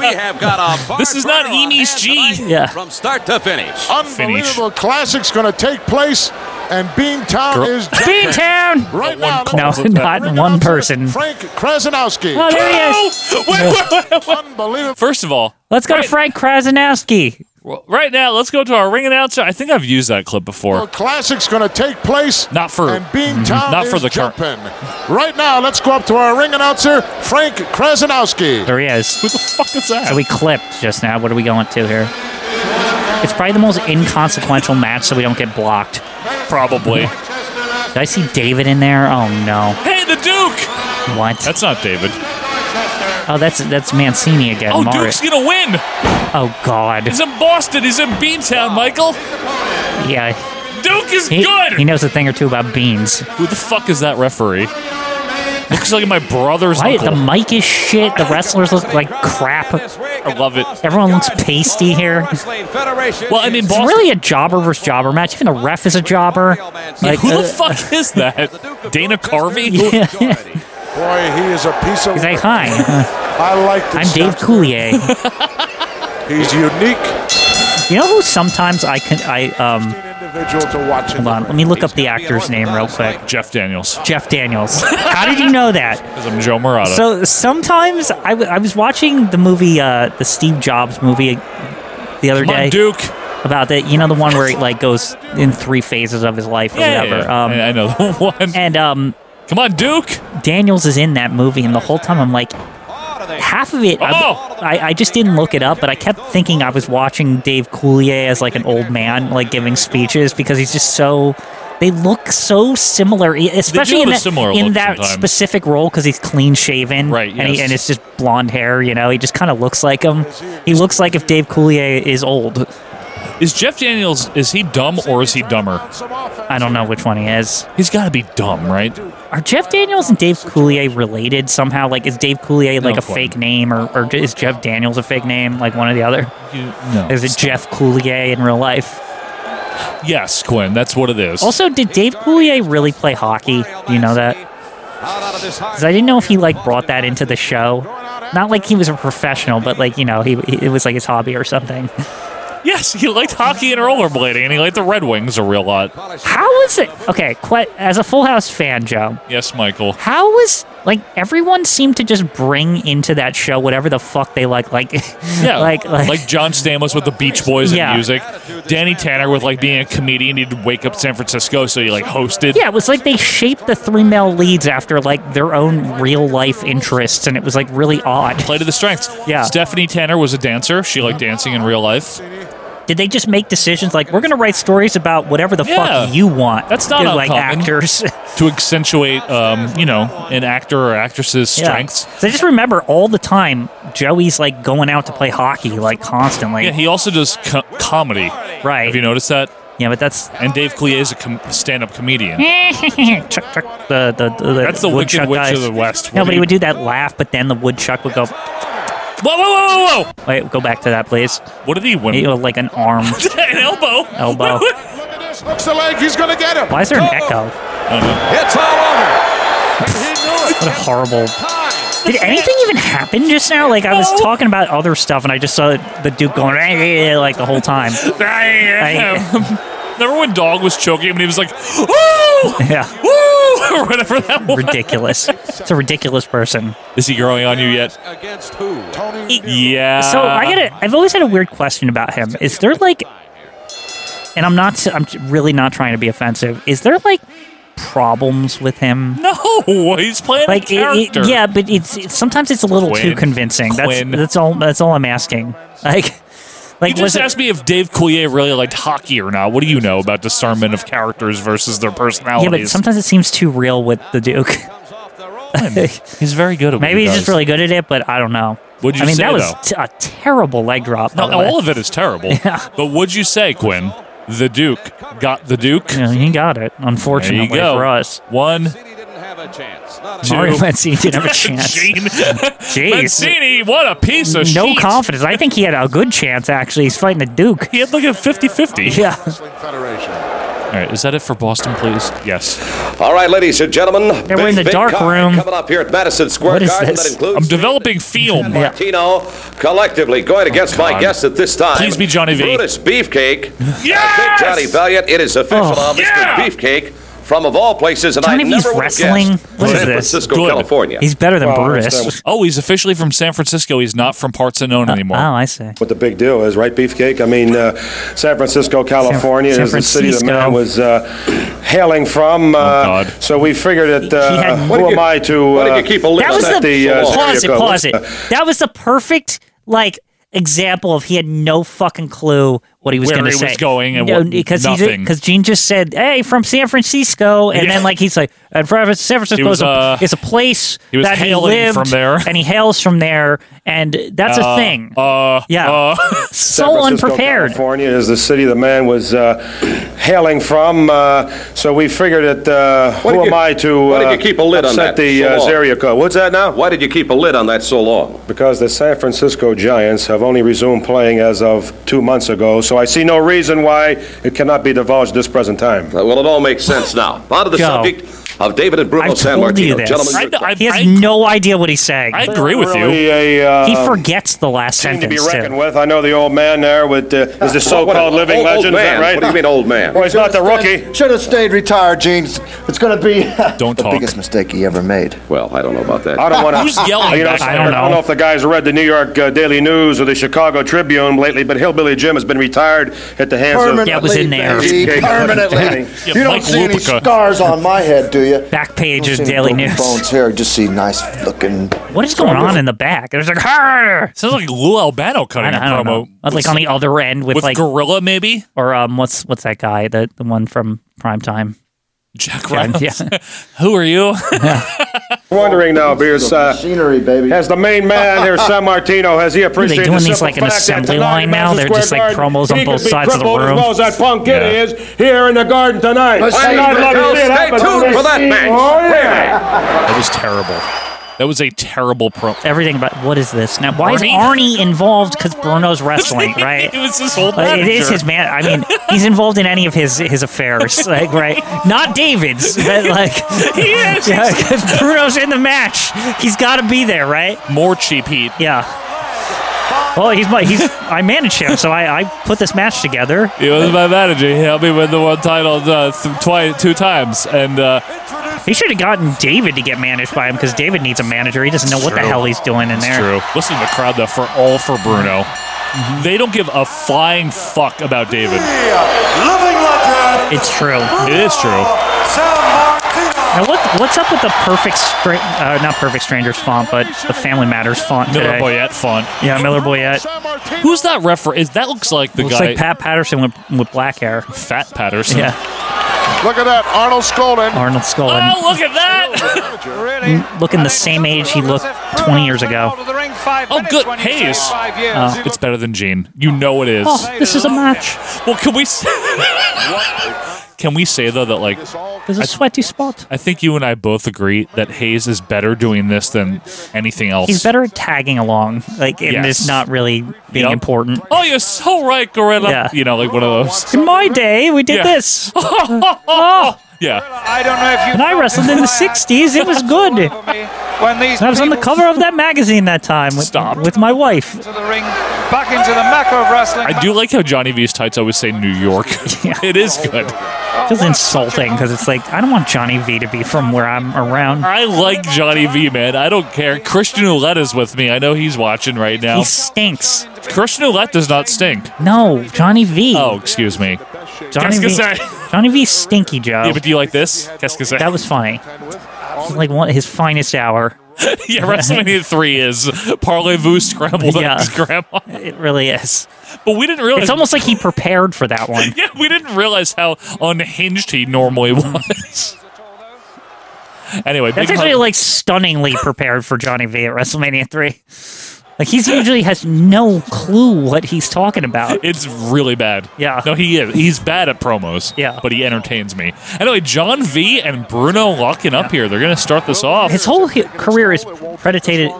we have got a This is not Enis G. Yeah. from start to finish. Unbelievable classic's going to take place, and Beantown Girl- is Beantown! right now. No, not one person. Frank Krasinowski. Oh, there he is. Unbelievable. First of all, Let's go to Frank Krasinowski. well, right now, let's go to our ring announcer. I think I've used that clip before. Classic's going to take place. Not for and Mhm. Beantown not for is the current. jumping. Right now, let's go up to our ring announcer, Frank Krasinowski. There he is. Who the fuck is that? So we clipped just now. What are we going to here? It's probably the most inconsequential match so we don't get blocked. Probably. Did I see David in there? Oh no. Hey, the Duke. What? That's not David. Oh, that's that's Mancini again. Oh, Mari- Duke's gonna win. oh God. He's in Boston. He's in Beantown, Michael. Yeah. Duke is He, good. he knows a thing or two about beans. Who the fuck is that referee? Looks like my brother's Why, the uncle. mic is shit. The wrestlers look like crap. I love it. Everyone looks pasty here. Well, I mean, It's Boston. really a jobber versus jobber match. Even the ref is a jobber. Yeah, who uh, the fuck is that? Dana Carvey? Yeah. Boy, he is a piece of. He's like, hi, I like this. I'm Dave youngster. Coulier. He's unique. You know who sometimes I can I um individual to watch. Hold on, let me look up the actor's name real quick. Jeff Daniels. Jeff Daniels. How did you know that? Because I'm Joe Morata. So sometimes I, w- I was watching the movie, uh, the Steve Jobs movie, uh, the other Come on, day. Duke. About that, you know, the one where he like goes in three phases of his life or Yeah, yeah, whatever. yeah. Um, I- I know the one. And um, come on, Duke. Daniels is in that movie, and the whole time I'm like, half of it. I- Oh! I, I just didn't look it up, but I kept thinking I was watching Dave Coulier as like an old man, like giving speeches because he's just so. They look so similar, e- especially have in a that, similar look in that sometimes. specific role because he's clean shaven, right? And, he, yes. and it's just blonde hair. You know, he just kind of looks like him. He looks like if Dave Coulier is old. Is Jeff Daniels, is he dumb or is he dumber? I don't know which one he is. He's got to be dumb, right? Are Jeff Daniels and Dave Coulier related somehow? Like, is Dave Coulier like No a clue. fake name, or, or is Jeff Daniels a fake name? Like one or the other? no, Is it Jeff Coulier in real life? Yes, Quinn, that's what it is. Also, did Dave Coulier really play hockey? Do you know that? Because I didn't know if he like brought that into the show. Not like he was a professional, but like you know, he, he- it was like his hobby or something. Yes, he liked hockey and rollerblading, and he liked the Red Wings a real lot. How is it? Okay, que- as a Full House fan, Joe, Yes, Michael. how was like everyone seemed to just bring into that show whatever the fuck they like? Like, Yeah, like, like, John Stamos with the Beach Boys Yeah. and music. Danny Tanner with like being a comedian, he'd wake up San Francisco, so he like hosted. yeah, it was like they shaped the three male leads after like their own real life interests, and it was like really odd. Play to the strengths. Yeah. Stephanie Tanner was a dancer. She liked dancing in real life. Did they just make decisions like we're gonna write stories about whatever the Yeah. fuck you want? That's not They're like uncommon. actors. to accentuate, um, you know, an actor or actress's strengths. Yeah. So I just remember all the time Joey's like going out to play hockey like constantly. Yeah, he also does co- comedy. Right. Have you noticed that? Yeah, but that's and Dave Clea is a com- stand-up comedian. Chuck, chuck, the, the, the, That's the Wicked woodchuck Witch of guys. the West. No, but he would do that laugh, but then the woodchuck would go. Whoa, whoa, whoa, whoa! Wait, go back to that, please. What did he win? He like an arm, An elbow. elbow. Hooks the leg. He's going to get him. Why is there an echo? It's all over. What a horrible. Did anything even happen just now? Like I was talking about other stuff, and I just saw the Duke going "Eh," like the whole time. Remember when Dog was choking him and he was like, "Woo, Yeah, woo," or whatever that was. ridiculous. It's a ridiculous person. Is he growing on you yet? Against who? Yeah. So I get it. I've always had a weird question about him. Is there like, and I'm not. I'm really not trying to be offensive. Is there like problems with him? No, he's playing Like, a it- it- character. yeah, but it's, it's sometimes it's a little too Quinn. convincing. Quinn. That's that's all. That's all I'm asking. Like, like you just was it, asked me if Dave Coulier really liked hockey or not. What do you know about discernment of characters versus their yeah, personalities? but sometimes it seems too real with the Duke. he's very good at. what Maybe he he's just does. really good at it, but I don't know. What'd you I mean, say, that was though? t- a terrible leg drop. by No, the way. all of it is terrible. But would you say, Quinn? The Duke got the Duke. Yeah, he got it. There you Unfortunately go. for us, One. two. Mario Mancini didn't have a chance. Gene. Jeez. Mancini, what a piece of no shit. confidence. I think he had a good chance. Actually, he's fighting the Duke. He had like a 50-50. Yeah. All right, is that it for Boston, please? Yes. All right, ladies and gentlemen. Yeah, we're in the dark card room. Coming up here at Madison Square What is Garden. this? That includes I'm developing film. Martino collectively going Oh, against my God. guest at this time. Please be Johnny V. Brutus Beefcake. Yes! Big Johnny Valiant. It is official Oh. now. Mr. Beefcake from, of all places, and Johnny I V's never would have wrestling. guessed, What is San this? Francisco, Good. California. He's better than Brutus. Oh, he's officially from San Francisco. He's not from parts unknown anymore. Oh, I see. What the big deal is, right, Beefcake? I mean, uh, San Francisco, California San is the city the Francisco. Oh, man was uh, hailing from. Uh, So we figured that He uh, had- who am I to uh, That was the, set uh, pause it, stereo code? pause it. That was the perfect like example of he had no fucking clue what he was Where going to he say. was going and what- because he nothing. because Gene just said, "Hey, from San Francisco," and Yeah. then like he's like, "And from San Francisco was, is, a, uh, is a place he was that he hailing lived from there. and he hails from there, and that's Uh, a thing." Uh, yeah, so San Francisco, unprepared. California is the city the man was uh, hailing from. Uh, so we figured that uh, Why who did am you- I to why uh, did you keep a lid on that upset the so uh, long? stereo code? What's that now? Why did you keep a lid on that so long? Because the San Francisco Giants have only resumed playing as of two months ago, so I see no reason why it cannot be divulged this present time. Well, it all makes sense now. On to the Go. subject of David and Bruno I've San told Martino. you this. Gentlemen, I- your question. he has no idea what he's saying. I agree with you. Really a, uh, Um, he forgets the last Team to be sentence reckoned too. with. I know the old man there with uh, is the Ah, What- what- so-called living old- old legend. man. Is that right? What do you mean, old man? Well, he's not the rookie. Should have stayed retired, Gene. It's going to be Don't the biggest mistake he ever made. Well, I don't know about that. I don't want to. You know, I don't know if the guys read the New York uh, Daily News or the Chicago Tribune lately, but Hillbilly Jim has been retired at the hands of. Permanently, baby, permanently. you don't see any scars on my head, do you? Back page Don't of see any Daily broken News. Bones here, just see nice looking. What is going on in the back? There's like, Arr! sounds like Lou Albano I cutting don't, a I don't know. promo. Like with- on the other end with, with like Gorilla maybe, or um, what's what's that guy the the one from Primetime? Jack Ryan. Reynolds. Yeah. Who are you? Wondering now, Beers. Uh, Scenery, baby. has the main man here, San Martino, has he appreciated doing the these simple like an fact that assembly tonight line in now? Madison They're Square just, like, Garden, promos on he both could be sides of the crippled room. As well as that punk kid Yeah. is here in the garden tonight. Let's I'd see, not love to Bill, see it stay happen. tuned for that match. Oh, yeah. that was terrible. That was a terrible pro. Everything about what is this now? Why Arnie? is Arnie involved? Because Bruno's wrestling, right? it was his whole Like, it is manager. his man. I mean, he's involved in any of his his affairs, like right? Not David's, but like He is. Yeah, 'cause Bruno's in the match. He's got to be there, right? More cheap heat. Yeah. Well, he's my he's I manage him, so I, I put this match together. He was my manager. He helped me win the one title uh, th- twi- two times, and uh, He should have gotten David to get managed by him because David needs a manager. He doesn't know what the True. hell he's doing in it's there. true. Listen to the crowd though, for all for Bruno. Mm-hmm. They don't give a flying fuck about David. Living legend, It's true. It is true. San Martino. Now what what's up with the perfect Stra- uh, not perfect strangers font, but the Family Matters font Miller today? Boyette font. Yeah, Miller Boyette. Who's that referee? That looks like the Looks guy. like Pat Patterson with, with black hair. Fat Patterson. Yeah, Um, Look at that, Arnold Skolden. Arnold Scullin. oh, look at that! looking the same age he looked 20 years ago. oh, good. Hayes. Uh, years. it's better than Gene. You know it is. Uh, Oh, this is a match. Well, can we say, can we say though that like There's a sweaty spot. I think you and I both agree that Hayes is better doing this than anything else. He's better at tagging along, like, and Yes. it's not really being Yep. important. Oh, you're so right, Gorilla. Yeah. You know, like one of those. In my day, we did Yeah. this. Yeah. I don't know if you And I wrestled in the 60s. It was good. when these I was on the people cover of that magazine that time with, with my wife. to the ring back into the macro of wrestling. I do like how Johnny V's tights always say New York. it is good. It was insulting because it's like, I don't want Johnny V to be from where I'm around. I like Johnny V, man. I don't care. Christian Ouellette is with me. I know he's watching right now. He stinks. Christian Ouellette does not stink. No, Johnny V. Oh, excuse me. Johnny V. Cascazet. Johnny V. Stinky Joe. Yeah, but do you like this? Cascazet. That was funny. It was like one, his finest hour. yeah, WrestleMania 3 is Parlez-vous scrambled Yeah. eggs, Grandma. It really is. But we didn't realize... It's almost like he prepared for that one. yeah, we didn't realize how unhinged he normally was. anyway, Mm. That's big hug- actually like stunningly prepared for Johnny V at WrestleMania 3. Like he's usually has no clue what he's talking about. It's really bad. Yeah. No, he is. He's bad at promos. Yeah. But he entertains me. Anyway, John V and Bruno locking up here. They're going to start this off. His whole hi- career is predicated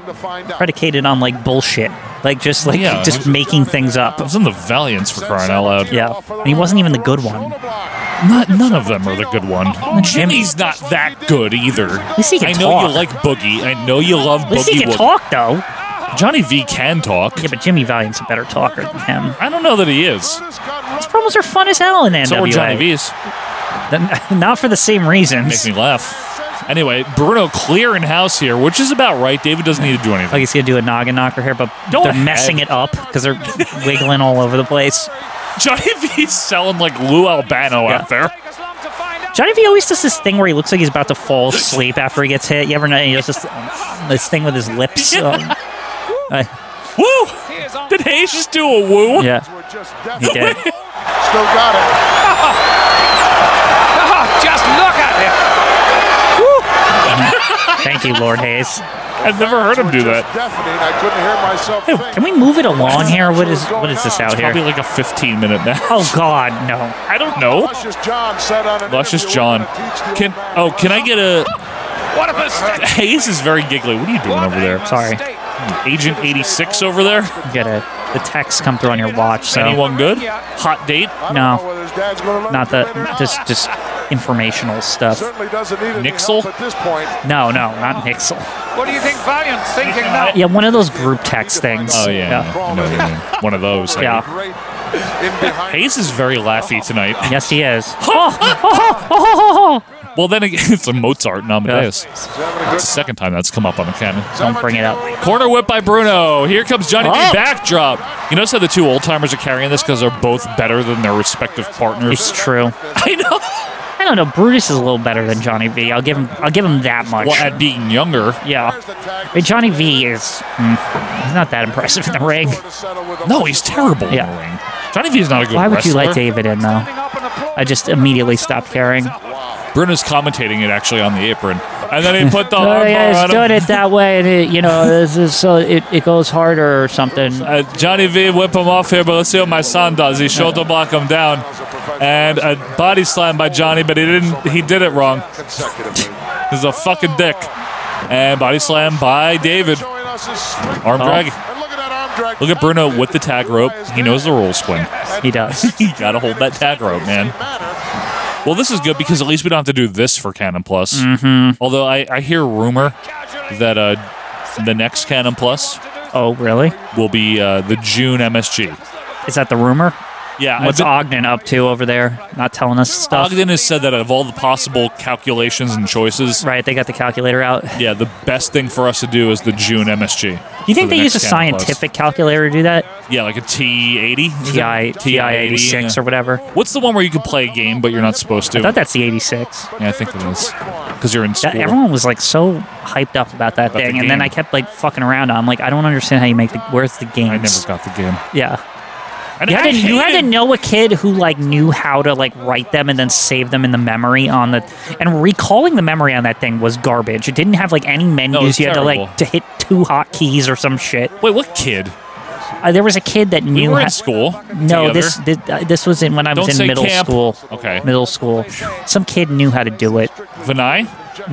predicated on like bullshit. Like just like Yeah. just making things up. It was in the Valiants for crying out loud. Yeah. And he wasn't even the good one. Not none of them are the good one. Jimmy's not that good either. least he can I know talk. you like Boogie. I know you love At least Boogie. he can Wood. talk though. Johnny V can talk. Yeah, but Jimmy Valiant's a better talker than him. I don't know that he is. His promos are fun as hell in NWA. So were Johnny V's. Then- Not for the same reasons. Makes me laugh. Anyway, Bruno clearing house here, which is about right. David doesn't need to do anything. Like he's gonna do a noggin knocker here, but Don't they're messing head. it up because they're wiggling all over the place. Johnny V's selling like Lou Albano out there. Johnny V always does this thing where he looks like he's about to fall asleep after he gets hit. You ever know? He does this, this thing with his lips. um, I- Woo! Did Hayes just do a woo? Um, yeah, he did. Still got it. Just look at him. Thank you, Lord Hayes. I've never heard him do that. Deafening. I couldn't hear myself. Hey, can we move it along here? What is what is this out Probably here? like a 15 minute match. Oh God, no. I don't know. Luscious John said on an Luscious interview, John. "We're gonna teach the Can old man oh, can I get a? What a mistake. Hayes is very giggly. What are you doing over there? Sorry, Agent 86 over there. you got a the texts come through on your watch. So Anyone good? Hot date. no, whether his dad's gonna let him not do the it or not." just just informational stuff. Certainly doesn't need any Nixel? help at this point. No, no, not Nixel. What do you think Valiant's thinking now? Yeah, one of those group text things. Oh yeah, I know what you mean. one of those. I Yeah. Great in behind. Hayes is very laughy tonight. Yes, he is. Well, then again, it's a Mozart and Amadeus. That's the second time that's come up on the canon. Don't bring it up. Corner whip by Bruno. Here comes Johnny B. Oh. Backdrop. You notice how the two old timers are carrying this because they're both better than their respective partners. It's true. I know. I don't know. Brutus is a little better than Johnny V. I'll give him. I'll give him that much. Well, at being younger. Yeah. I mean, Johnny V is mm, he's not that impressive in the ring. No, he's terrible in Yeah. the ring. Johnny V is not a good Why would you wrestler. let David in though? I just immediately stopped caring. Bruno's commentating it actually on the apron. And then he put the Oh, armbar yeah, on it's him. doing it that way, and it, you know, this is so it, it goes harder or something. Uh, Johnny V whip him off here, but let's see what my son does. He shoulder block him down, and a body slam by Johnny, but he didn't. He did it wrong. He's a fucking dick. And body slam by David. Arm Oh. drag. Look at Bruno with the tag rope. He knows the rules, Quinn. He does. you gotta hold that tag rope, man. Well, this is good because at least we don't have to do this for Canon Plus. Mm-hmm. Although I, I hear rumor that uh, the next Canon Plus Oh, really? Will be uh, the June MSG. Is that the rumor? Yeah, What's I've been- Ogden up to over there? Not telling us stuff. Ogden has said that of all the possible calculations and choices, right? They got the calculator out. Yeah, the best thing for us to do is the June MSG. you for think the they next use a 10 plus. scientific calculator to do that? Yeah, like a T eighty, TI eighty six or whatever. What's the one where you can play a game but you're not supposed to? I thought that's the eighty six. Yeah, I think it is because you're in school. That, everyone was like so hyped up about that About the thing, and then game. I kept like fucking around. I'm like, I don't understand how you make the where's the game? I never got the game. Yeah. And you, had I to, you had to hated- know a kid who like knew how to like write them and then save them in the memory on the and recalling the memory on that thing was garbage. It didn't have like any menus. was you had to terrible. like to hit two hotkeys or some shit. Wait, what kid? Uh, there was a kid that knew. we were how- in school. No, together. this this, uh, this was in when I was Don't in say middle camp. school. Okay. middle school. Some kid knew how to do it. Vinay?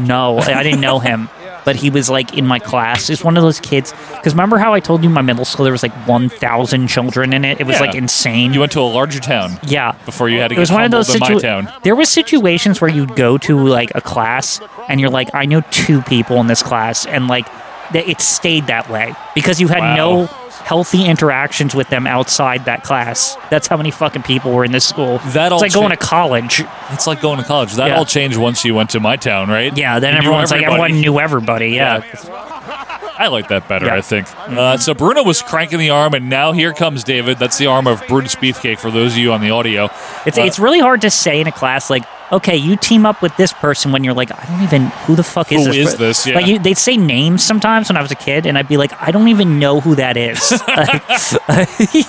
No, I didn't know him, but he was like in my class. He's one of those kids. Because remember how I told you my middle school there was like one thousand children in it. It was Yeah. like insane. You went to a larger town. Yeah. Before you had to It was get one of those humbled in situ- my town. There was situations where you'd go to like a class and you're like, I know two people in this class, and like that it stayed that way because you had Wow. no healthy interactions with them outside that class. That's how many fucking people were in this school. That it's all like going to cha- college. It's like going to college. That Yeah. all changed once you went to my town, right? Yeah, then You knew everyone's like everybody. everyone knew everybody. Yeah. I like that better, Yeah. I think. Uh, so Bruno was cranking the arm, and now here comes David. That's the arm of Brutus Beefcake for those of you on the audio. It's Uh, it's really hard to say in a class like. Okay, you team up with this person when you're like, I don't even who the fuck is Who this? is per-" this? Yeah. Like you, they'd say names sometimes when I was a kid, and I'd be like, I don't even know who that is.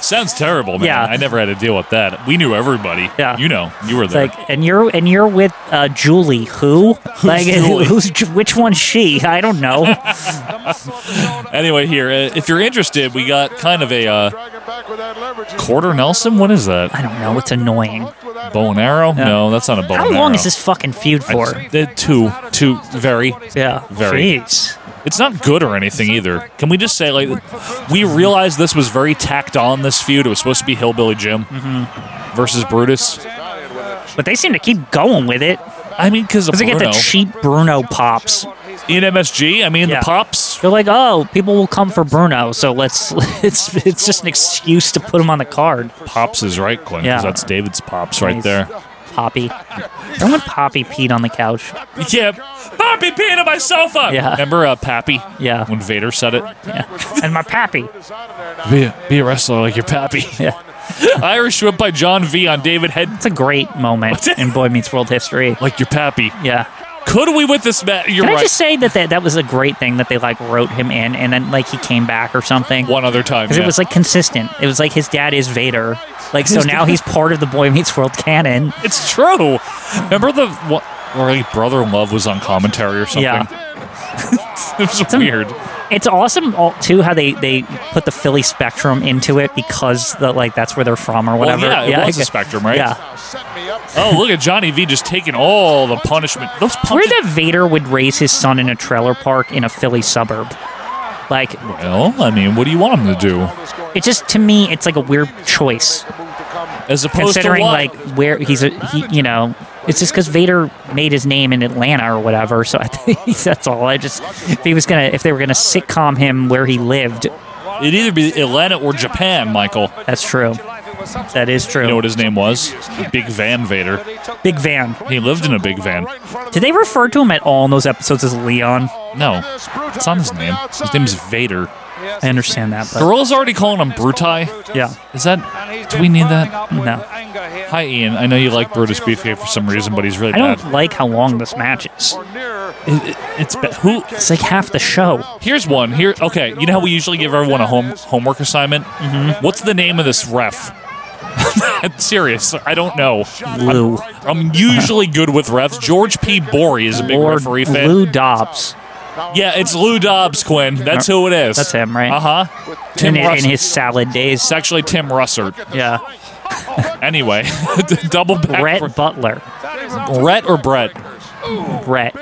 sounds terrible, man. Yeah. I never had to deal with that. We knew everybody. Yeah. You know, you were It's there. like, and you're and you're with uh, Julie. Who? like, Julie? who's Ju- which one's she? I don't know. anyway, here, uh, if you're interested, we got kind of a uh, quarter Nelson. What is that? I don't know. It's annoying. Bow and arrow? No, that's not a bow How and long arrow. is this fucking feud I for? just- uh, two, two, very, yeah, very. Jeez. It's not good or anything either. Can we just say like we realized this was very tacked on this feud. It was supposed to be Hillbilly Jim Mm-hmm. versus Brutus. But they seem to keep going with it. I mean, because they get the cheap Bruno pops. in MSG. I mean, Yeah. the pops. They're like, oh, people will come for Bruno, so let's. It's it's just an excuse to put him on the card. Pops is right, Glenn. 'cause Yeah. that's David's pops right Nice. there. Poppy. Remember when Poppy peed on the couch? Yeah, Poppy peeing on my sofa. Yeah. Remember uh, Pappy? Yeah. When Vader said it. And my Pappy. Be a, be a wrestler like your Pappy. Yeah. Irish whip by John V on David Head. It's a great moment in Boy Meets World history. Like your Pappy. Yeah. Could we with this match? You're Can I right. just say that, that that was a great thing that they like wrote him in and then like he came back or something? One other time. Because yeah. it was like consistent. It was like his dad is Vader. Like so His now dad- he's part of the Boy Meets World canon. It's true. Remember the what? Or like Brother in Love was on commentary or something. Yeah. it was weird. It's awesome all, too how they they put the Philly spectrum into it because the like that's where they're from or whatever. Well, yeah, it was I- a spectrum, right? Yeah. Oh, look at Johnny V just taking all the punishment. Those It's weird that Vader would raise his son in a trailer park in a Philly suburb. Like, well, I mean, what do you want him to do? It just to me, it's like a weird choice, as opposed to considering what? like where he's a he, you know. It's just because Vader made his name in Atlanta or whatever, so I think that's all. I just if he was gonna if they were gonna sitcom him where he lived, It'd either be Atlanta or Japan, Michael. That's true. That is true. You know what his name was? Big Van Vader. Big Van. He lived in a big van. Did they refer to him at all in those episodes as Leon? No, it's not his name. His name's Vader. I understand that, but Gorilla's already calling him Brutai. Yeah. Is that? Do we need that? no, Hi, Ian. I know you like Brutus Beefcake for some reason, but he's really I bad. don't like how long this match is. It- it- it's ba- who? It's like half the show. Here's one. Here, okay. You know how we usually give everyone a home homework assignment? Mm-hmm. What's the name of this ref? I'm serious. I don't know. Lou. I'm, I'm usually good with refs. George P. Borey is a big Lord referee fan. Lou Dobbs. Yeah, it's Lou Dobbs, Quinn. That's who it is. That's him, right? Uh huh. In, Tim in Russert. his salad days. It's actually Tim Russert. Yeah. anyway, double back. Brett for- Butler. Brett or Brett? Brett.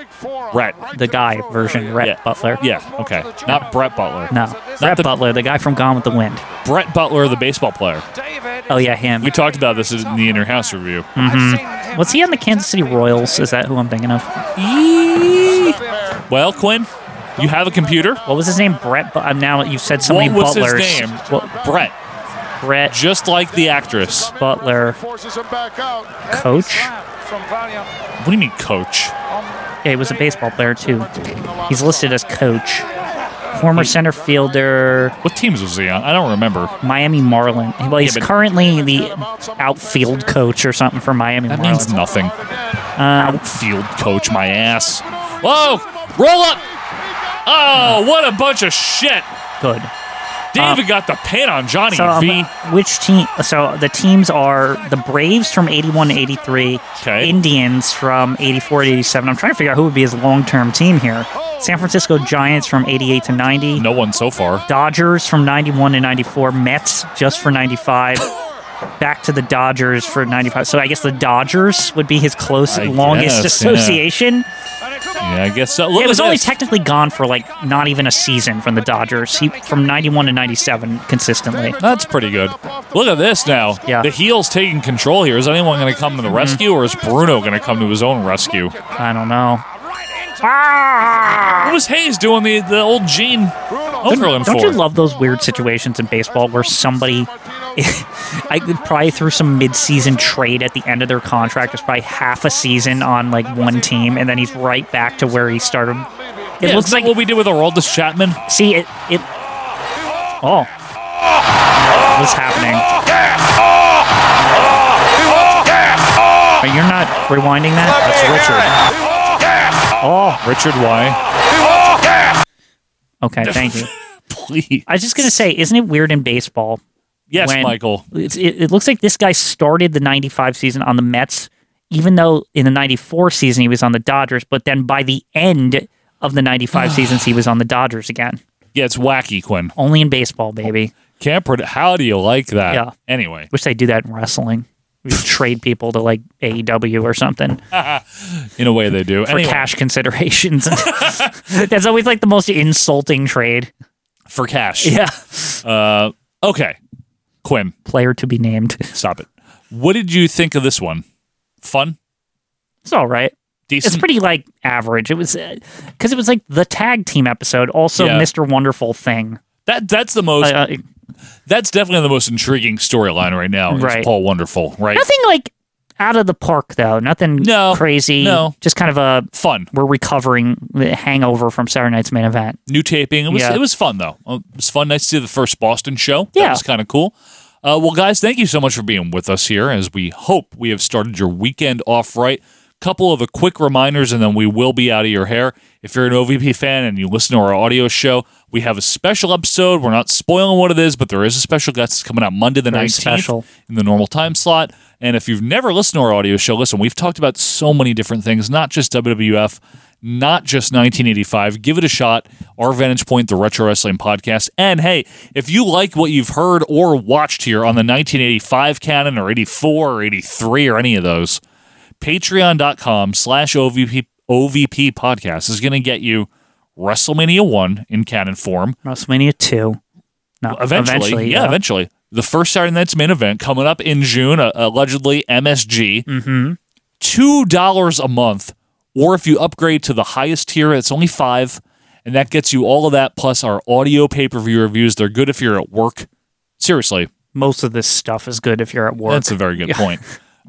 Brett. The guy version, Brett Butler. Yeah, okay. Not Brett Butler. No. Brett Butler, the guy from Gone with the Wind. Brett Butler, the baseball player. Oh, yeah, him. We talked about this in the Inner House review. hmm Was he on the Kansas City Royals? Is that who I'm thinking of? Well, Quinn, You have a computer. What was his name? Brett. Bu- I'm now you said something. What was his Butler's. name? Brett. Brett. Just like the actress. Butler. Coach. What do you mean, coach? Yeah, he was a baseball player too. He's listed as coach. Former center fielder. What teams was he on? I don't remember. Miami Marlin. Well, he's Yeah, but- currently the outfield coach or something for Miami That Marlins. Um, means nothing. outfield coach, my ass. Whoa! Roll up. Oh, what a bunch of shit. Good. David got the pin on Johnny Um, So, um, V. which team? So the teams are the Braves from 81 to 83, Indians from 84 to 87. I'm trying to figure out who would be his long term team here. San Francisco Giants from 88 to 90. No one so far. Dodgers from 91 to 94. Mets just for 95. Back to the Dodgers for 95. So I guess the Dodgers would be his closest, I longest guess, yeah. association. Yeah, I guess so. Look it at was only this. technically gone for like not even a season from the Dodgers. He from 91 to 97 consistently. That's pretty good. Look at this now. Yeah. The heel's taking control here. Is anyone going to come to Mm-hmm. the rescue, or is Bruno going to come to his own rescue? I don't know. What was Hayes doing the, the old Gene Don't, Okerlund for? don't you love those weird situations in baseball where somebody, I could probably through some mid-season trade at the end of their contract, there's probably half a season on like one team, and then he's right back to where he started. It Yeah, looks isn't that like what we did with Aroldis Chapman. See it. It. Oh. What's happening? But you're not rewinding that. That's Richard. Oh, Richard, why? Okay, thank you. Please. I was just gonna say, isn't it weird in baseball? Yes, when- Michael. It's, it, it looks like this guy started the '95 season on the Mets, even though in the '94 season he was on the Dodgers. But then by the end of the '95 seasons, he was on the Dodgers again. Yeah, it's wacky, Quinn. Only in baseball, baby. Can't pred- How do you like that? Yeah. Anyway. Wish they do that in wrestling. We just trade people to like AEW or something In a way, they do. for Anyway, cash considerations. That's always like the most insulting trade. For cash. Yeah. Uh, okay. Quinn. Player to be named. Stop it. What did you think of this one? Fun? It's all right. Decent. It's pretty like average. It was because it was like the tag team episode, also Yeah. Mr. Wonderful thing. That That's the most. Uh, uh, that's definitely the most intriguing storyline right now. Is Right. Paul Wonderful, right? Nothing like out of the park though. Nothing crazy. no. Just kind of a fun. We're recovering the hangover from Saturday night's main event. New taping. It was, Yeah. it was fun, though. Uh, It was fun. Nice to see the first Boston show. That Yeah. was kind of cool. Uh, well, guys, thank you so much for being with us here as we hope we have started your weekend off right. Couple of a quick reminders, and then we will be out of your hair. If you're an OVP fan and you listen to our audio show, we have a special episode. We're not spoiling what it is, but there is a special guest that's coming out Monday the Very 19th special. in the normal time slot. And if you've never listened to our audio show, listen, we've talked about so many different things, not just WWF, not just 1985. Give it a shot. Our Vantage Point, the Retro Wrestling Podcast. And hey, if you like what you've heard or watched here on the 1985 canon or 84 or 83 or any of those, patreon.com slash OVP, OVP podcast is going to get you WrestleMania 1 in canon form. WrestleMania two. No, eventually, yeah, eventually. The first Saturday night's main event coming up in June, uh, allegedly MSG. Mm-hmm. Two dollars a month, or if you upgrade to the highest tier, it's only five, and that gets you all of that plus our audio pay per view reviews. They're good if you're at work. Seriously, Most of this stuff is good if you're at work. that's a very good point.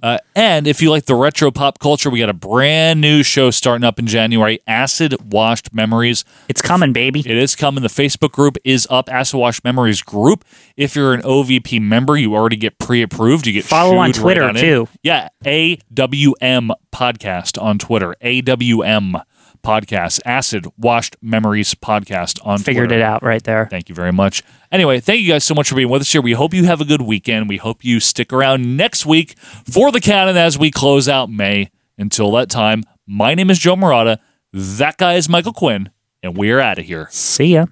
Uh, and if you like the retro pop culture, we got a brand new show starting up in January Acid Washed Memories. It's coming, baby. It is coming. The Facebook group is up, Acid Washed Memories group. If you're an OVP member, you already get pre approved. You get Follow on shooed right Twitter, it. too. Yeah, AWM Podcast on Twitter. AWM Podcast, Acid Washed Memories Podcast on Figured Twitter. it out right there. Thank you very much. Anyway, thank you guys so much for being with us here. We hope you have a good weekend. We hope you stick around next week for the canon as we close out May. Until that time, my name is Joe Morata. That guy is Michael Quinn, and we're out of here. See ya.